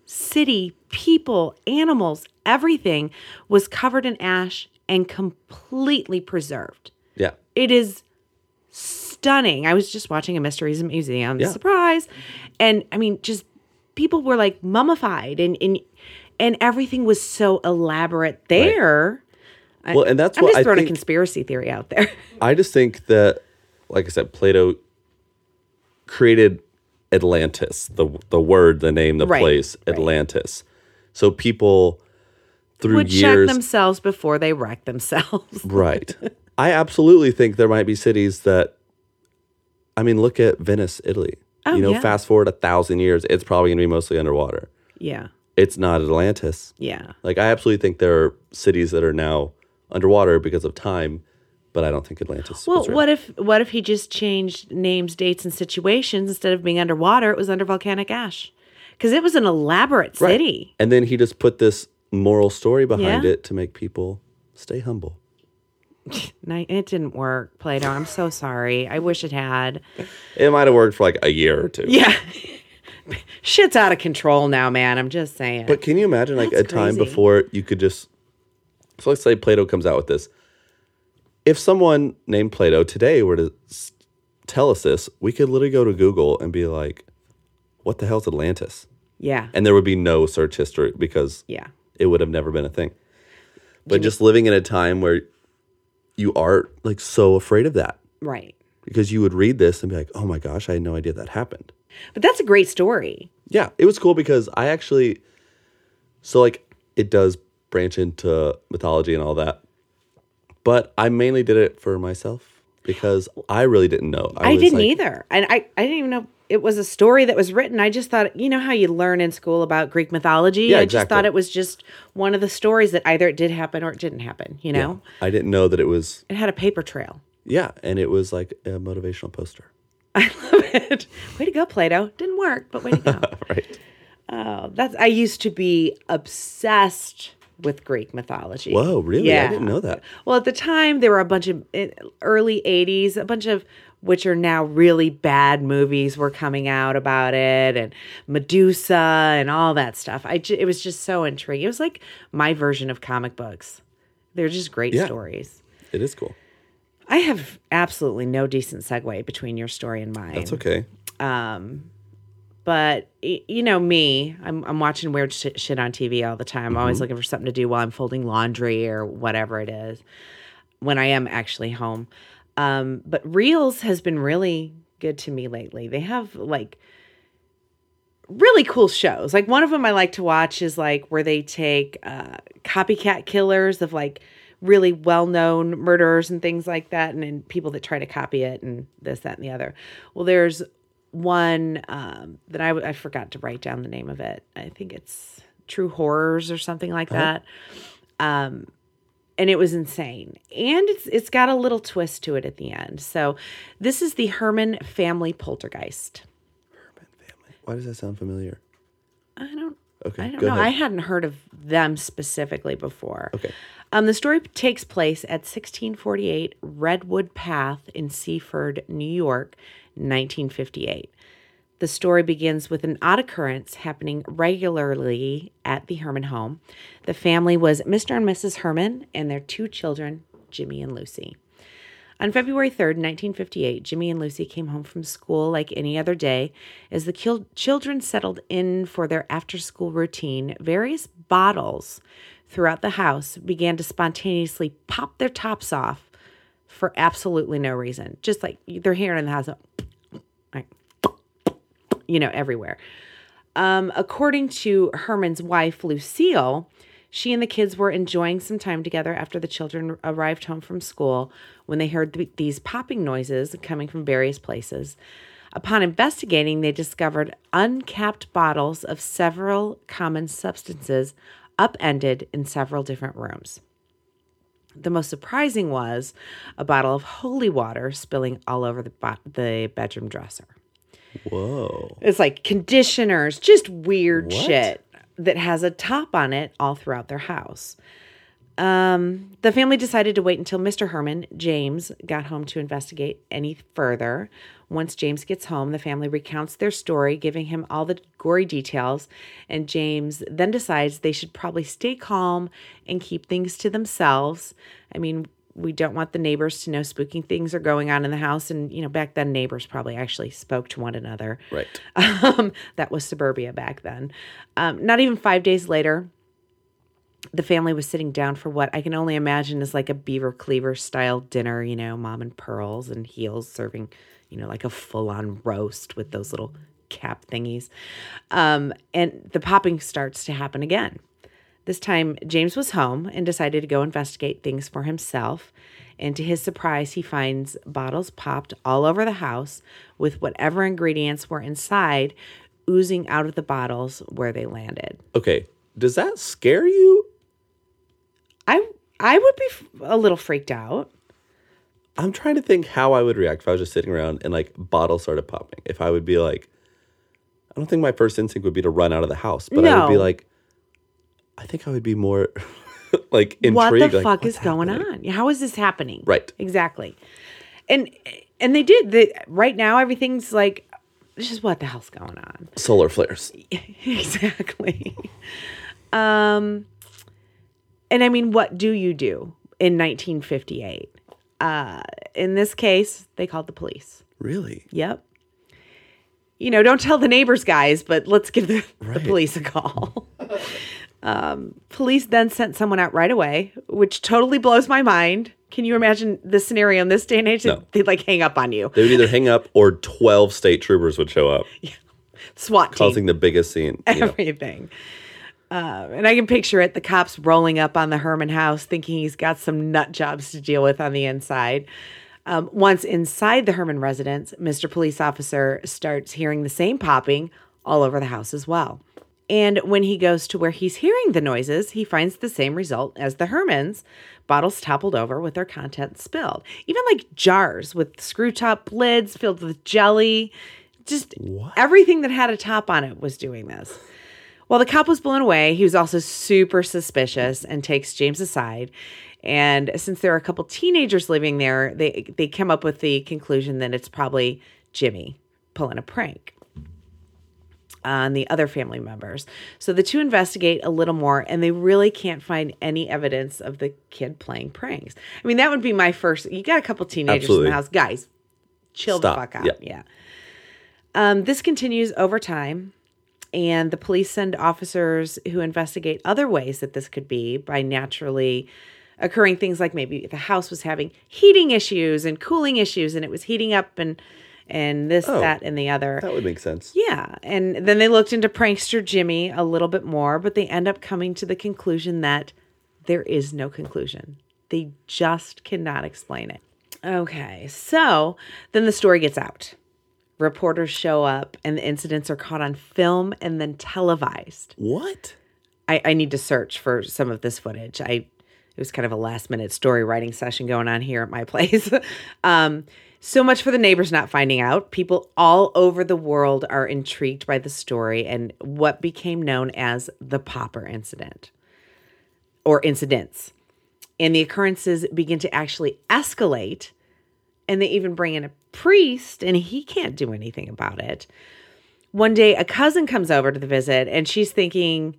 city, people, animals, everything was covered in ash and completely preserved. Yeah. It is stunning. I was just watching a Mysteries and Museum Yeah. surprise, and I mean, just people were like mummified, and and and everything was so elaborate there. Well, and that's I'm what just I throwing a think- conspiracy theory out there. I just think that, like I said, Plato created Atlantis, the the word, the name, the Right, place, right. Atlantis. So people through Would years, check themselves before they wreck themselves. right? I absolutely think there might be cities that. I mean, look at Venice, Italy. Oh, you know, yeah. fast forward a thousand years, it's probably going to be mostly underwater. Yeah. It's not Atlantis. Yeah. Like I absolutely think there are cities that are now underwater because of time, but I don't think Atlantis. Well, was real. what if what if he just changed names, dates, and situations instead of being underwater, it was under volcanic ash. Cuz it was an elaborate Right. city. And then he just put this moral story behind Yeah. it to make people stay humble. And I- it didn't work, Plato. I'm so sorry. I wish it had. It might have worked for like a year or two. Yeah. Shit's out of control now, man. I'm just saying. But can you imagine like That's a time crazy. before you could just so let's say Plato comes out with this. If someone named Plato today were to s- tell us this, we could literally go to Google and be like, "What the hell's Atlantis?" yeah. And there would be no search history because Yeah. it would have never been a thing. But just living in a time where you are like so afraid of that. Right. because you would read this and be like, "Oh my gosh, I had no idea that happened." But that's a great story. Yeah, it was cool because I actually so like it does branch into mythology and all that. But I mainly did it for myself because I really didn't know. I, was didn't like, either. And I, I didn't even know it was a story that was written. I just thought, you know how you learn in school about Greek mythology? Yeah, I just exactly. thought it was just one of the stories that either it did happen or it didn't happen, you know? I didn't know that it was It had a paper trail. yeah, and it was like a motivational poster. I love it. Way to go, Plato. Didn't work, but way to go. Right. oh, that's I used to be obsessed with Greek mythology. Whoa, really? Yeah. I didn't know that. Well, at the time, there were a bunch of in early 80s, a bunch of which are now really bad movies were coming out about it and Medusa and all that stuff. I ju- it was just so intriguing. It was like my version of comic books. They're just great Yeah. stories. It is cool. I have absolutely no decent segue between your story and mine. It's okay. But y- you know me, I'm I'm watching weird sh- shit on TV all the time. I'm always looking for something to do while I'm folding laundry or whatever it is when I am actually home. Um, but Reels has been really good to me lately. They have like really cool shows. Like one of them I like to watch is like where they take uh, copycat killers of like really well-known murderers and things like that, and, then people that try to copy it and this, that, and the other. Well, there's one um, that I I forgot to write down the name of it. I think it's True Horrors or something like that. Um, and it was insane. And it's it's got a little twist to it at the end. So this is the Herman family poltergeist. Why does that sound familiar? I don't. Okay, I don't go know. ahead. I hadn't heard of them specifically before. Okay. Um, the story takes place at 1648 Redwood Path in Seaford, New York, 1958. The story begins with an odd occurrence happening regularly at the Herman home. The family was Mr. and Mrs. Herman and their two children, Jimmy and Lucy. On February 3rd, 1958, Jimmy and Lucy came home from school like any other day. As the kil- children settled in for their after school routine, various bottles throughout the house began to spontaneously pop their tops off for absolutely no reason. Just like they're hearing in the house, like, you know, everywhere. Um, according to Herman's wife, Lucille, she and the kids were enjoying some time together after the children arrived home from school when they heard th- these popping noises coming from various places. Upon investigating, they discovered uncapped bottles of several common substances upended in several different rooms. The most surprising was a bottle of holy water spilling all over the, bo- the bedroom dresser. Whoa. It's like conditioners, just weird What? shit that has a top on it all throughout their house. Um, the family decided to wait until Mr. Herman, James, got home to investigate any further. Once James gets home, the family recounts their story, giving him all the gory details, and James then decides they should probably stay calm and keep things to themselves. I mean, we don't want the neighbors to know spooky things are going on in the house. And, you know, back then, neighbors probably actually spoke to one another. Right. Um, that was suburbia back then. Um, not even five days later, the family was sitting down for what I can only imagine is like a beaver cleaver style dinner, you know, mom and pearls and heels serving, you know, like a full on roast with those little cap thingies. Um, and the popping starts to happen again. This time, James was home and decided to go investigate things for himself. And to his surprise, he finds bottles popped all over the house with whatever ingredients were inside oozing out of the bottles where they landed. Okay. Does that scare you? I I would be f- a little freaked out. I'm trying to think how I would react if I was just sitting around and like bottles started popping. If I would be like, I don't think my first instinct would be to run out of the house, but I would be No. like, I think I would be more like intrigued. what the like, fuck what's is going happening? on? How is this happening? Right. Exactly. And and they did. They, right now everything's like this is what the hell's going on. Solar flares. exactly. Um and I mean what do you do in 1958? Uh in this case, they called the police. Really? Yep. You know, don't tell the neighbors, guys, but let's give the, the Right. police a call. um, police then sent someone out right away, which totally blows my mind. Can you imagine this scenario in this day and age? No. They'd like hang up on you. They would either hang up or 12 state troopers would show up, SWAT team. causing the biggest scene. you know. everything. Uh, and I can picture it the cops rolling up on the Herman house thinking he's got some nut jobs to deal with on the inside. Um, once inside the Herman residence, Mr. Police Officer starts hearing the same popping all over the house as well. And when he goes to where he's hearing the noises, he finds the same result as the Hermans bottles toppled over with their contents spilled. Even like jars with screw top lids filled with jelly. Just everything that had a top on it was doing this. While the cop was blown away, he was also super suspicious and takes James aside. And since there are a couple teenagers living there, they they come up with the conclusion that it's probably Jimmy pulling a prank on the other family members. So the two investigate a little more and they really can't find any evidence of the kid playing pranks. I mean, that would be my first. You got a couple teenagers in Absolutely. the house. Guys, chill Stop. the fuck out. Yeah. Yeah. Um, this continues over time. And the police send officers who investigate other ways that this could be by naturally occurring things like maybe the house was having heating issues and cooling issues and it was heating up and and this, Oh. that, and the other. That would make sense. Yeah. And then they looked into prankster Jimmy a little bit more, but they end up coming to the conclusion that there is no conclusion. They just cannot explain it. Okay. So then the story gets out. Reporters show up and the incidents are caught on film and then televised. What? I, I need to search for some of this footage. I it was kind of a last minute story writing session going on here at my place. um, so much for the neighbors not finding out. People all over the world are intrigued by the story and what became known as the Popper incident or incidents. And the occurrences begin to actually escalate, and they even bring in a priest, and he can't do anything about it. One day, a cousin comes over to the visit, and she's thinking,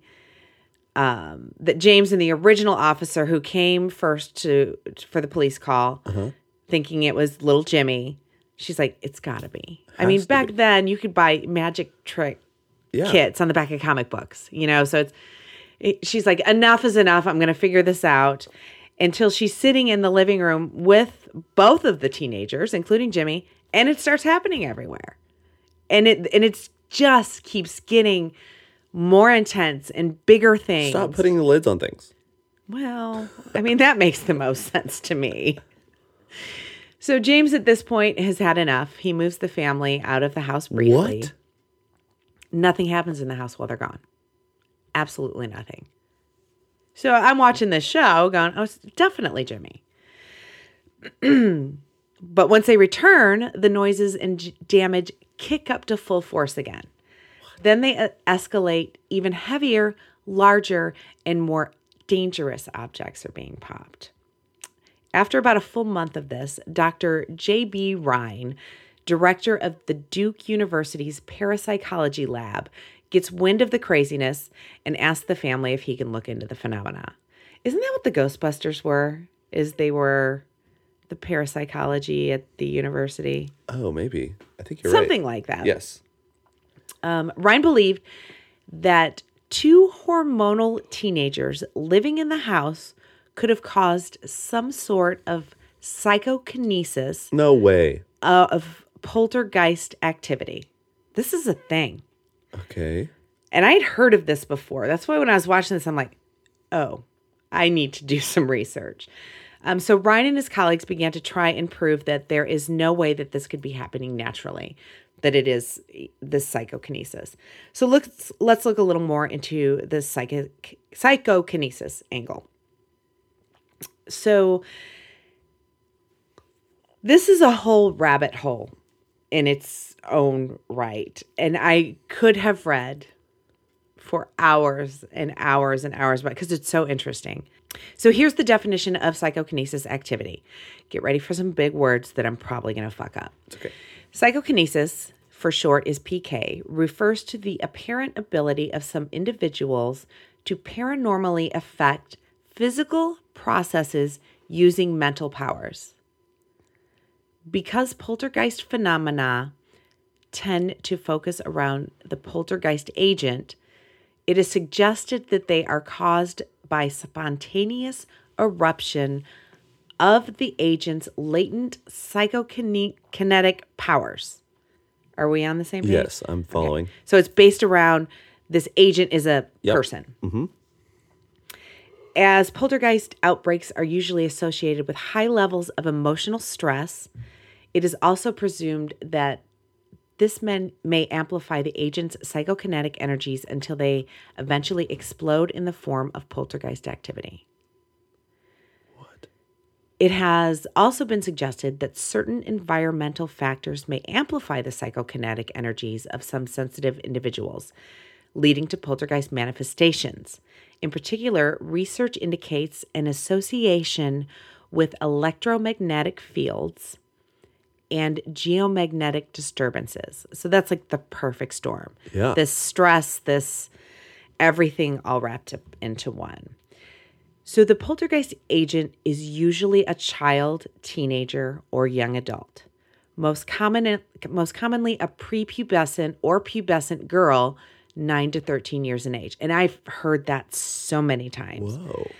that James and the original officer who came first to for the police call, Uh-huh. thinking it was little Jimmy. She's like, it's gotta be. I mean, to back then you could buy magic trick Yeah. kits on the back of comic books, you know. So it's it, she's like, enough is enough. I'm gonna figure this out. Until she's sitting in the living room with both of the teenagers, including Jimmy, and it starts happening everywhere and it and it's just keeps getting more intense and bigger things. Stop putting the lids on things. well, I mean that makes the most sense to me. So James at this point has had enough. He moves the family out of the house briefly. What? Nothing happens in the house while they're gone. Absolutely nothing. So I'm watching this show going, oh, it's definitely Jimmy. but once they return, the noises and j- damage kick up to full force again. Then they uh, escalate even heavier, larger, and more dangerous objects are being popped. After about a full month of this, Dr. J.B. Ryan, director of the Duke University's parapsychology lab, gets wind of the craziness and asks the family if he can look into the phenomena. Isn't that what the Ghostbusters were? Is they were the parapsychology at the university? Oh, maybe. I think you're Something right. like that. Yes. Um, Ryan believed that two hormonal teenagers living in the house could have caused some sort of psychokinesis No way. uh, of poltergeist activity. This is a thing. Okay. And I'd heard of this before. That's why when I was watching this, I'm like, oh, I need to do some research. Um, so Ryan and his colleagues began to try and prove that there is no way that this could be happening naturally, that it is e, this psychokinesis. So let's let's look a little more into the psychic psychokinesis angle. So this is a whole rabbit hole in its own right, and I could have read for hours and hours and hours about because it's so interesting. So here's the definition of psychokinesis activity. Get ready for some big words that I'm probably going to fuck up. It's okay. Psychokinesis, for short, is PK, refers to the apparent ability of some individuals to paranormally affect physical processes using mental powers. Because poltergeist phenomena tend to focus around the poltergeist agent, it is suggested that they are caused by spontaneous eruption of the agent's latent psychokinetic powers. Are we on the same page? Yes, I'm following. So it's based around this agent is a Yep. person. As poltergeist outbreaks are usually associated with high levels of emotional stress, it is also presumed that this men may amplify the agent's psychokinetic energies until they eventually explode in the form of poltergeist activity. It has also been suggested that certain environmental factors may amplify the psychokinetic energies of some sensitive individuals, leading to poltergeist manifestations. In particular, research indicates an association with electromagnetic fields and geomagnetic disturbances. So that's like the perfect storm. Yeah. This stress, this everything all wrapped up into one. So the poltergeist agent is usually a child, teenager, or young adult. Most common most commonly a prepubescent or pubescent girl 9 to 13 years in age. And I've heard that so many times. Whoa.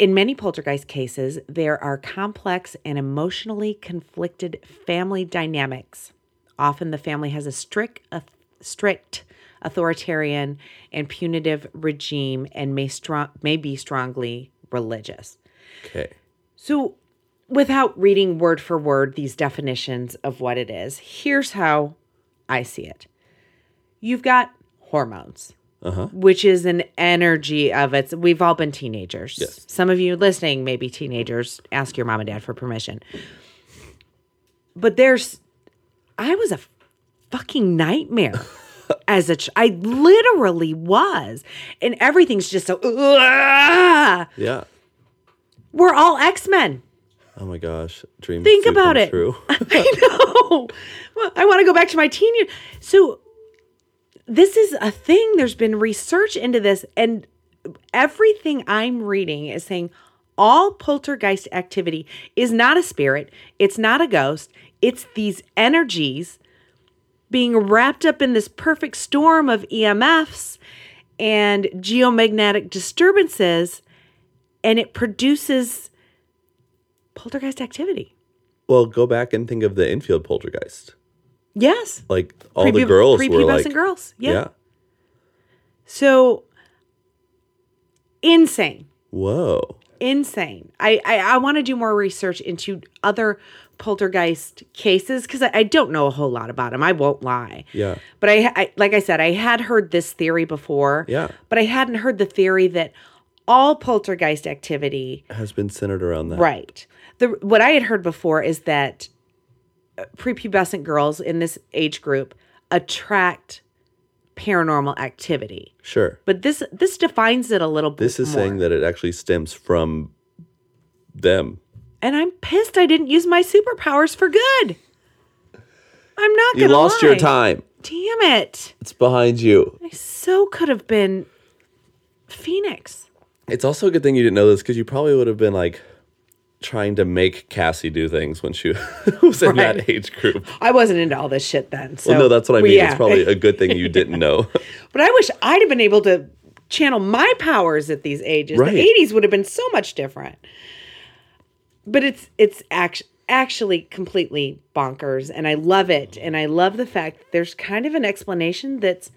In many poltergeist cases, there are complex and emotionally conflicted family dynamics Often the family has a strict, a strict authoritarian and punitive regime and may, strong, may be strongly religious. Okay. So, without reading word for word these definitions of what it is, here's how I see it you've got hormones. Which is an energy of its. We've all been teenagers. Yes. Some of you listening may be teenagers. Ask your mom and dad for permission. But there's, I was a fucking nightmare as a ch- I literally was. And everything's just so, "Ugh." Yeah. we're all X Men. Oh my gosh. Dreams. Think do about come it. True. I know. Well, I want to go back to my teen years. So this is a thing. There's been research into this, and everything I'm reading is saying all poltergeist activity is not a spirit. It's not a ghost. It's these energies being wrapped up in this perfect storm of EMFs and geomagnetic disturbances, and it produces poltergeist activity. well, go back and think of the infield poltergeist. Yes. Like all Pre- the girls were prepubescent like. girls. Yeah. Yeah. So insane, Whoa. insane. I I, I want to do more research into other poltergeist cases because I, I don't know a whole lot about them. I won't lie. Yeah. But I, I like I said, I had heard this theory before. Yeah. But I hadn't heard the theory that all poltergeist activity Has been centered around that. Right. The what I had heard before is that uh, prepubescent girls in this age group attract paranormal activity. Sure. But this this defines it a little bit. This is more. saying that it actually stems from them. and I'm pissed I didn't use my superpowers for good. I'm not You gonna lost your lie. time. Damn it. It's behind you. I so could have been Phoenix. It's also a good thing you didn't know this because you probably would have been like trying to make Cassie do things when she was in Right. that age group. I wasn't into all this shit then. So well, no, that's what I Well, mean. yeah. It's probably a good thing you didn't know. But I wish I'd have been able to channel my powers at these ages. Right. The 80s would have been so much different. But it's it's act- actually completely bonkers and I love it and I love the fact that there's kind of an explanation that's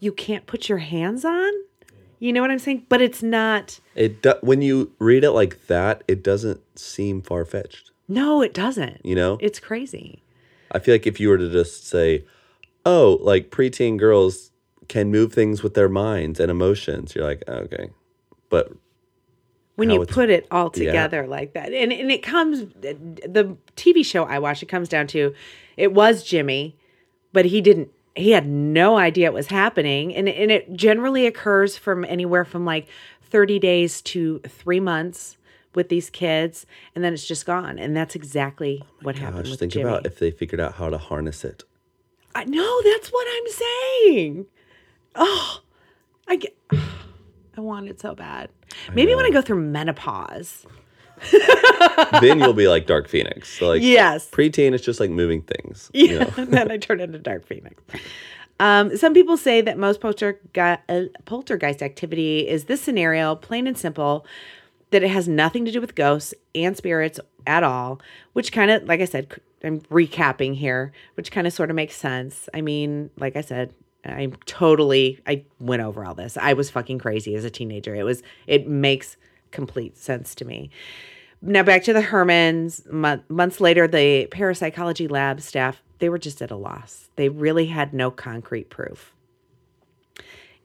you can't put your hands on. You know what I'm saying? But it's not It do- when you read it like that, it doesn't seem far fetched. No, it doesn't. You know, It's crazy. I feel like if you were to just say, "Oh, like preteen girls can move things with their minds and emotions," you're like, "Okay," but when how you it's- put it all Yeah. together like that and and it comes the tv show i watch it comes down to it was jimmy but he didn't he had no idea it was happening and and it generally occurs from anywhere from like 30 days to 3 months with these kids and then it's just gone and that's exactly what happened Oh gosh, with think jimmy about if they figured out how to harness it. I, no that's what i'm saying oh i get i want it so bad maybe when i go through menopause then you'll be like Dark Phoenix. So like yes preteen is just like moving things. Yeah, You know? then I turned into Dark Phoenix. Um, some people say that most polterge- uh, poltergeist activity is this scenario, plain and simple, that it has nothing to do with ghosts and spirits at all, which kind of, like I said, c- I'm recapping here, which kind of sort of makes sense. I mean, like I said, I'm totally, I went over all this. I was fucking crazy as a teenager. It was, it makes complete sense to me. Now back to the Hermans. Mon- months later, the parapsychology lab staff they were just at a loss. They really had no concrete proof,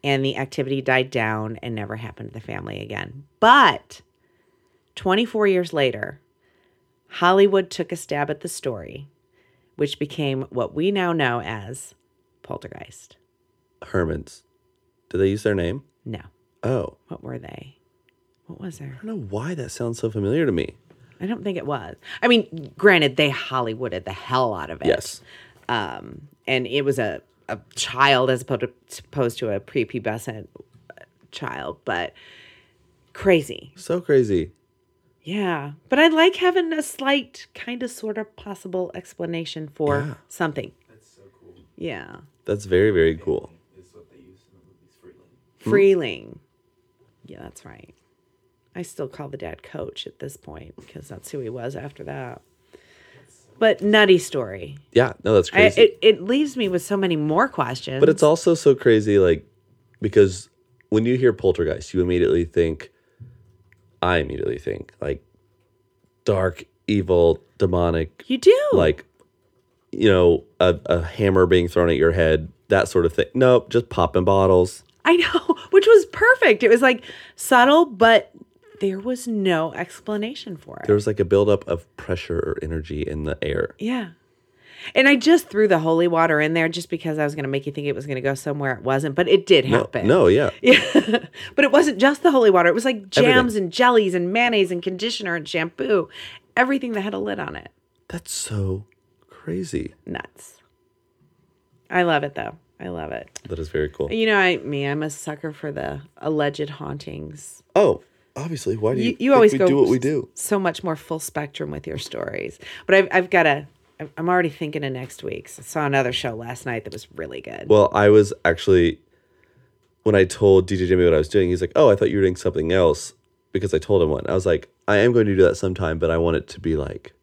and the activity died down and never happened to the family again. But 24 years later, Hollywood took a stab at the story, which became what we now know as poltergeist. Hermans. Do they use their name? No, Oh. what were they? What was there? I don't know why that sounds so familiar to me. I don't think it was. I mean, granted, they Hollywooded the hell out of it. Yes. um, and it was a, a child as opposed to, opposed to a prepubescent child, but crazy. So crazy. Yeah. But I like having a slight, kind of, sort of possible explanation for Yeah. Mm. something. That's so cool. Yeah. That's very, very cool. Is what they use in the movies. Freeland. Freeling. Yeah, that's right. I still call the dad coach at this point because that's who he was after that. That's so But nutty story. Yeah, no, that's I, crazy. it, it leaves me with so many more questions. But it's also so crazy, like, because when you hear poltergeist, you immediately think, I immediately think, like, dark, evil, demonic, you do like, you know, a, a hammer being thrown at your head, that sort of thing. Nope, just popping bottles. I know, which was perfect. It was like subtle, but there was no explanation for it. There was like a buildup of pressure or energy in the air. Yeah. And I just threw the holy water in there just because I was going to make you think it was going to go somewhere it wasn't, but it did No, happen. no, yeah. Yeah. but it wasn't just the holy water. It was like jams Everything. and jellies and mayonnaise and conditioner and shampoo. Everything that had a lid on it. That's so crazy. Nuts. I love it though. I love it. That is very cool. You know, I me, I'm a sucker for the alleged hauntings. Oh, obviously, why do you, You, you think always we go do what we do? so much more full spectrum with your stories. But I've I've got a I'm already thinking of next week's. I saw another show last night that was really good. Well, I was actually when I told DJ Jimmy what I was doing, he's like, "Oh, I thought you were doing something else," because I told him one. I was like, "I am going to do that sometime, but I want it to be like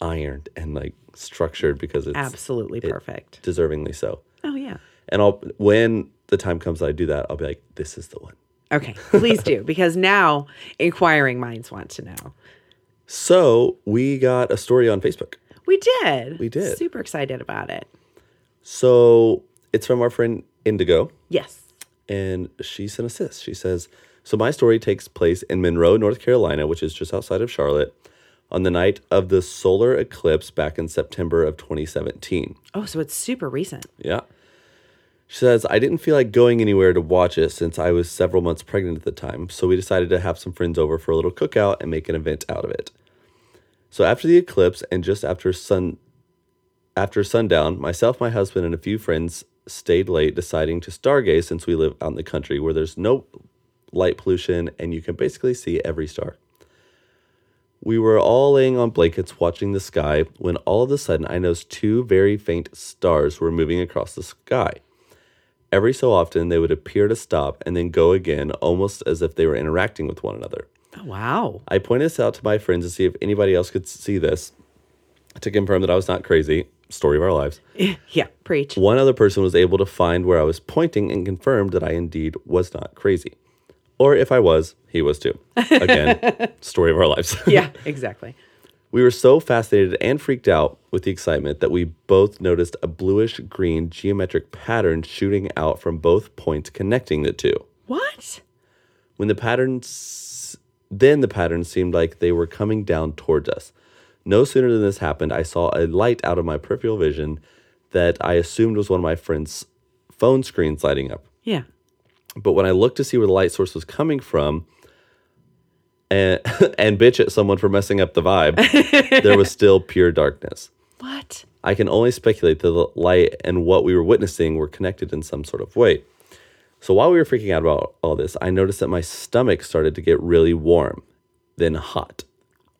ironed and like structured because it's Absolutely it- perfect. deservingly so." Oh yeah. And I'll when the time comes that I do that, I'll be like, "This is the one." Okay, please do because now inquiring minds want to know. So we got a story on Facebook. We did. We did. Super excited about it. So it's from our friend Indigo. Yes. and she sent us this. She says, So my story takes place in Monroe, North Carolina, which is just outside of Charlotte, on the night of the solar eclipse back in September of 2017. Oh, so it's super recent. Yeah. She says, I didn't feel like going anywhere to watch it since I was several months pregnant at the time, so we decided to have some friends over for a little cookout and make an event out of it. So after the eclipse and just after sun after sundown, myself, my husband, and a few friends stayed late deciding to stargaze since we live out in the country where there's no light pollution and you can basically see every star. We were all laying on blankets watching the sky when all of a sudden I noticed two very faint stars were moving across the sky. Every so often they would appear to stop and then go again, almost as if they were interacting with one another. Oh, wow. I pointed this out to my friends to see if anybody else could see this to confirm that I was not crazy. Story of our lives. Yeah, preach. One other person was able to find where I was pointing and confirmed that I indeed was not crazy. Or if I was, he was too. Again, story of our lives. Yeah, exactly. We were so fascinated and freaked out with the excitement that we both noticed a bluish green geometric pattern shooting out from both points connecting the two. What? When the patterns then the pattern seemed like they were coming down towards us. No sooner than this happened, I saw a light out of my peripheral vision that I assumed was one of my friend's phone screens lighting up. Yeah. But when I looked to see where the light source was coming from, and, and bitch at someone for messing up the vibe, there was still pure darkness. What? I can only speculate that the light and what we were witnessing were connected in some sort of way. So while we were freaking out about all this, I noticed that my stomach started to get really warm, then hot.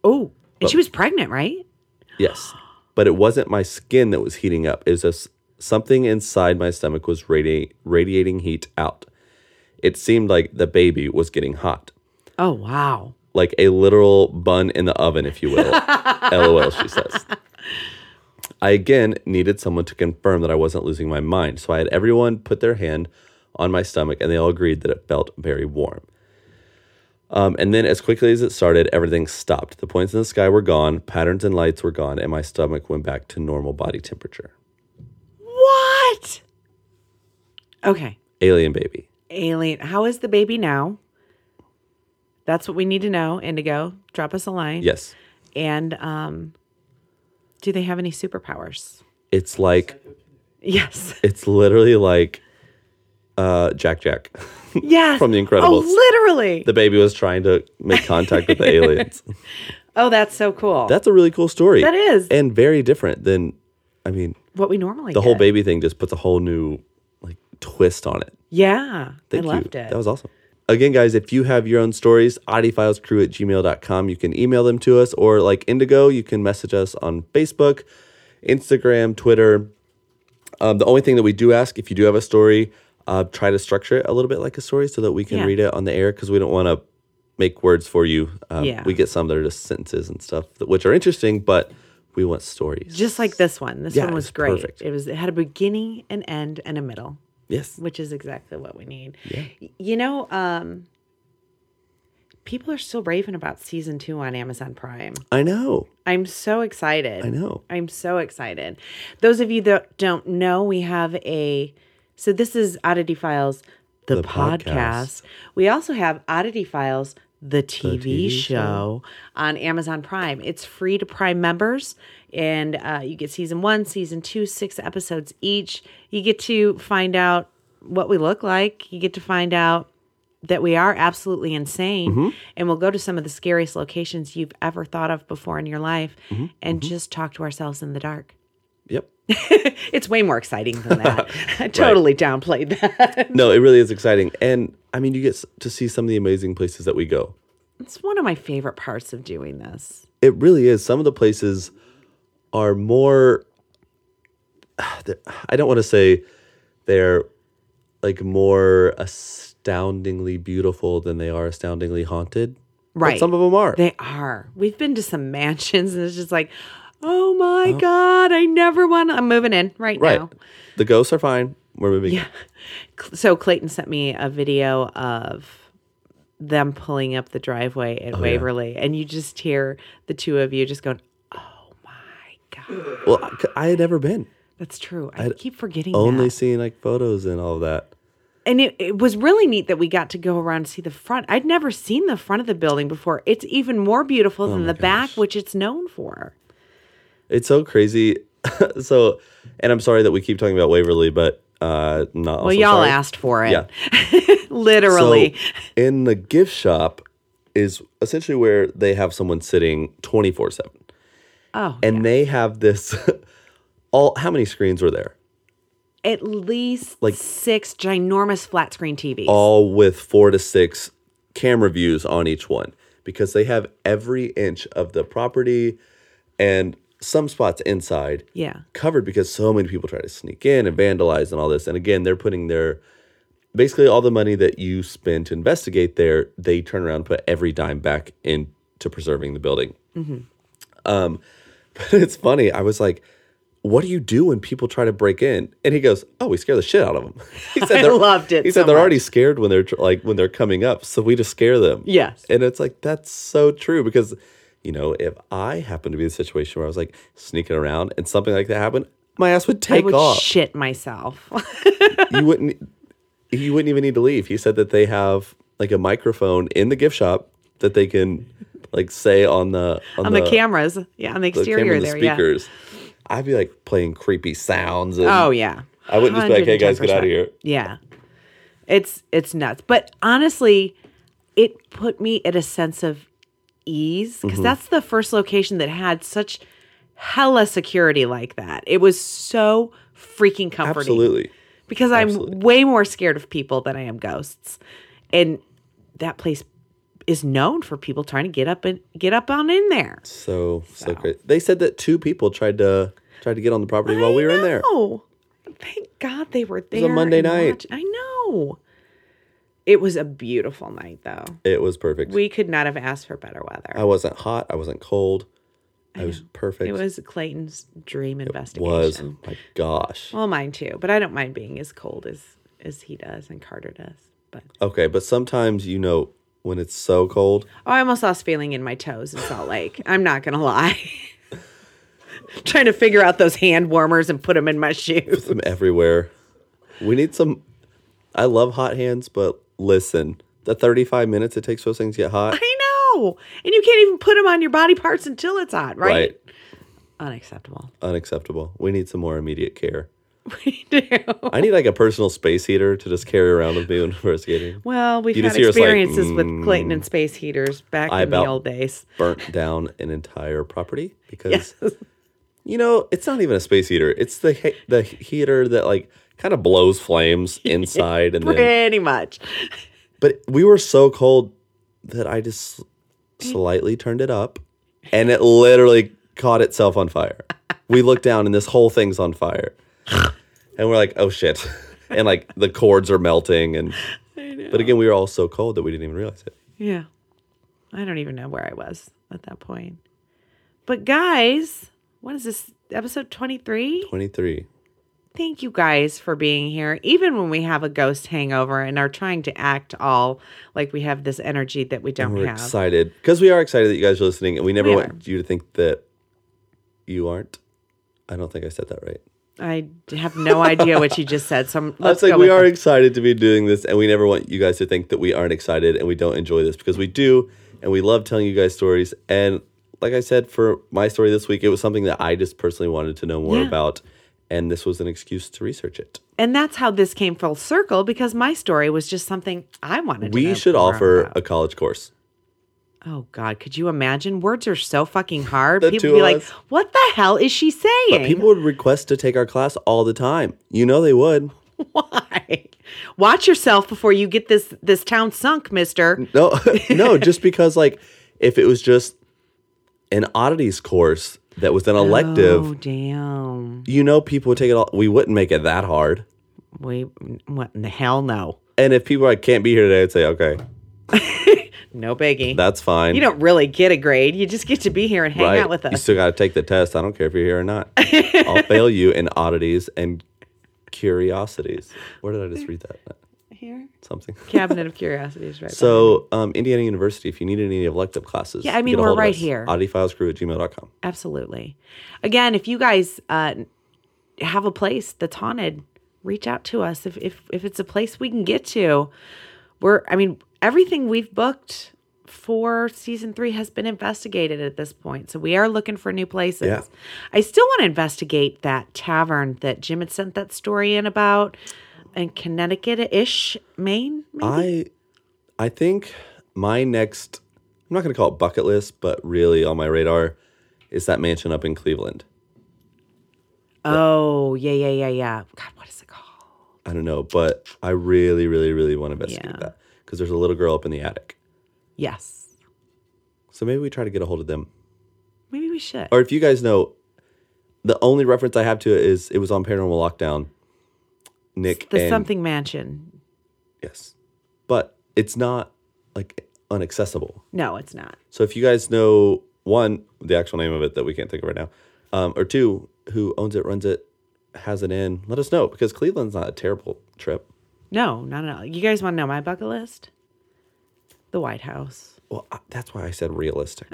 Oh, and she was pregnant, right? Yes. But it wasn't my skin that was heating up. It was just something inside my stomach was radi- radiating heat out. It seemed like the baby was getting hot. Oh, wow. like a literal bun in the oven, if you will. LOL, she says. I again needed someone to confirm that I wasn't losing my mind, so I had everyone put their hand on my stomach and they all agreed that it felt very warm. Um, and then, as quickly as it started, everything stopped. The points in the sky were gone, patterns and lights were gone, and my stomach went back to normal body temperature. What? Okay. Alien baby. Alien. How is the baby now? That's what we need to know. Indigo, drop us a line. Yes. And um, do they have any superpowers? It's like, Yes. it's literally like uh, Jack Jack. Yes. From The Oh, Incredibles. literally. the baby was trying to make contact with the aliens. oh, that's so cool. That's a really cool story. That is. And very different than, I mean, what we normally the whole get. baby thing just puts a whole new like twist on it. Yeah. Thank I you. loved it. That was awesome. Again, guys, if you have your own stories, oddifilescrew at gmail.com, you can email them to us, or like Indigo, you can message us on Facebook, Instagram, Twitter. Um, the only thing that we do ask, if you do have a story, uh, try to structure it a little bit like a story so that we can Yeah. read it on the air because we don't want to make words for you. Um, Yeah. We get some that are just sentences and stuff, that, which are interesting, but We want stories. Just like this one. This Yeah, one it was was great. perfect. It was it had a beginning, an end, and a middle, yes. which is exactly what we need. Yeah. Y- You know, um people are still raving about season 2 on Amazon Prime. I know. I'm so excited. I know. I'm so excited. Those of you that don't know, we have a so this is Oddity Files, the, The podcast. podcast. We also have Oddity Files, the TV, TV show, on Amazon Prime. It's free to Prime members, and uh, you get season one, season two, six episodes each. You get to find out what we look like. You get to find out that we are absolutely insane and we'll go to some of the scariest locations you've ever thought of before in your life and just talk to ourselves in the dark. Yep. It's way more exciting than that. I totally downplayed that. No, it really is exciting. And I mean, you get s- to see some of the amazing places that we go. It's one of my favorite parts of doing this. It really is. Some of the places are more, I don't want to say they're like more astoundingly beautiful than they are astoundingly haunted. but Right. some of them are. They are. We've been to some mansions and it's just like, oh my God, I never want to. I'm moving in right, right. now. The ghosts are fine. We're moving. Yeah. Cl- So Clayton sent me a video of them pulling up the driveway Oh, at Waverly and you just hear the two of you just going, oh my God. Well, I- I had never been. That's true. I keep forgetting Only that. seeing like photos and all of that. And it, it was really neat that we got to go around and see the front. I'd never seen the front of the building before. It's even more beautiful Oh than the back, which it's known for. It's so crazy. so, and I'm sorry that we keep talking about Waverly, but uh, not. Well, y'all asked for it. Yeah. Literally. So, in the gift shop is essentially where they have someone sitting 24 7. oh, And they have this all how many screens were there? at least like Like- six ginormous flat screen TVs. All with four to six camera views on each one because they have every inch of the property and some spots inside yeah. covered because so many people try to sneak in and vandalize and all this. And again, they're putting their basically all the money that you spend to investigate there, they turn around and put every dime back into preserving the building. Mm-hmm. Um, but it's funny. I was like, what do you do when people try to break in? And he goes, "Oh, we scare the shit out of them." He I they're- loved it He so said they're much. already scared when they're tr- like when they're coming up, so we just scare them. Yes. And it's like that's so true because you know, if I happened to be in a situation where I was like sneaking around and something like that happened, my ass would I take would off. shit myself. you wouldn't you wouldn't even need to leave. He said that they have like a microphone in the gift shop that they can like say on the on, on the, cameras. Yeah, on the the camera exterior and the there. speakers. I'd be like playing creepy sounds and Yeah. Oh yeah. I wouldn't just be like, "Hey, guys, get outta 110%. here." Yeah. It's it's nuts. But honestly, it put me at a sense of ease Mm-hmm. because that's the first location that had such hella security like that. It was so freaking comforting. absolutely. because I'm Absolutely. way more scared of people than I am ghosts. And that place is known for people trying to get up and get up on in there. So so great. They said that two people tried to tried to get on the property while we were in there. Oh, thank God they were there. a Monday and night. watch- I know. It was a beautiful night, though. It was perfect. We could not have asked for better weather. I wasn't hot. I wasn't cold. I, was perfect. it was Clayton's dream investigation. was my gosh. Well, mine too, but I don't mind being as cold as as he does and Carter does. But Okay, but sometimes you know when it's so cold. Oh, I almost lost feeling in my toes in Salt Lake. I'm not gonna lie. Trying to figure out those hand warmers and put them in my shoes. them everywhere. We need some. I love hot hands, but listen, the 35 minutes it takes for those things to get hot, I know, and you can't even put them on your body parts until it's hot, right? right? Unacceptable. Unacceptable. We need some more immediate care. We do. I need like a personal space heater to just carry around with me when investigating. Well, we've You had just hear us like, mm. experiences with Clayton and space heaters back I in the about- old days. Burnt down an entire property because you know it's not even a space heater. It's the he- the heater that like kind of blows flames inside and then Pretty much. But we were so cold that I just slightly turned it up and it literally caught itself on fire. We looked down and this whole thing's on fire. And we're like, oh shit. And like the cords are melting and but again we were all so cold that we didn't even realize it. Yeah. I don't even know where I was at that point. But guys, What is this? Episode 23? 23. Thank you guys for being here. Even when we have a ghost hangover and are trying to act all like we have this energy that we don't We're have. excited because we are excited that you guys are listening, and we never We want you to think that you aren't. I don't think I said that right. I have no idea what you just said. So I'm- I was let's like, go we with are it. excited to be doing this, and we never want you guys to think that we aren't excited and we don't enjoy this because we do, and we love telling you guys stories. And like I said, for my story this week, it was something that I just personally wanted to know more Yeah. about, and this was an excuse to research it. And that's how this came full circle because my story was just something I wanted. to We know should more offer about. a college course. Oh God, could you imagine? Words are so fucking hard. The People two be of like, us. "What the hell is she saying?" But people would request to take our class all the time. You know they would. Why? Watch yourself before you get this this town sunk, Mister. No, no, just because like if it was just an oddities course that was an elective, Oh damn! you know people would take it all. We wouldn't make it that hard. Wait, what in the hell? No, And if people are like can't be here today, I'd say okay, no biggie. that's fine. you don't really get a grade. You just get to be here and hang right? out with You us. still got to take the test. I don't care if you're here or not. I'll fail you in oddities and curiosities. Where did I just read that? here, Something. cabinet of curiosities, right? So, um, Indiana University, if you need any elective classes, Yeah, I mean, get a we're hold of right us. here. Oddifilescrew at gmail.com. Absolutely. Again, if you guys uh, have a place that's haunted, reach out to us. If if if it's a place we can get to, we're. I mean, everything we've booked for season three has been investigated at this point, so we are looking for new places. Yeah. I still want to investigate that tavern that Jim had sent that story in about in Connecticut ish, Maine. Maybe? I I think my next I'm not gonna call it bucket list, but really on my radar is that mansion up in Cleveland. oh yeah yeah yeah yeah. God, what is it called? I don't know, but I really, really, really want to investigate Yeah. that. Because there's a little girl up in the attic. Yes, So maybe we try to get a hold of them. maybe we should. Or if you guys know, the only reference I have to it is it was on Paranormal Lockdown. Nick the and something mansion Yes. But it's not like unaccessible. No, it's not. So if you guys know one, the actual name of it that we can't think of right now, um, or two, who owns it, runs it, has it in, let us know because Cleveland's not a terrible trip. No, not at all. You guys want to know my bucket list? The White House. Well, I, that's why I said realistic.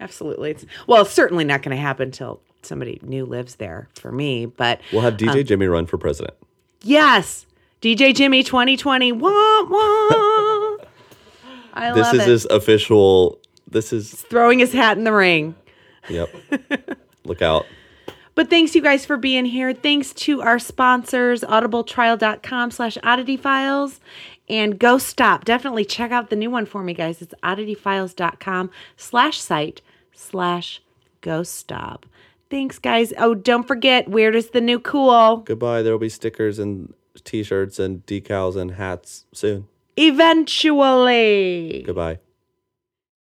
Absolutely. It's, well, it's certainly not going to happen till somebody new lives there for me. But we'll have Um, DJ Jimmy run for president. yes, DJ Jimmy 2020. Wah, wah. I This love is it. his official. This is Throwing his hat in the ring. yep. Look out. But thanks you guys for being here. Thanks to our sponsors, audibletrial.com slash oddity files and Ghost Stop. Definitely check out the new one for me, guys. It's oddityfiles.com slash site slash ghost stop. Thanks, guys. Oh, don't forget, weird is the new cool. Goodbye. There will be stickers and T-shirts and decals and hats soon. Eventually. Goodbye.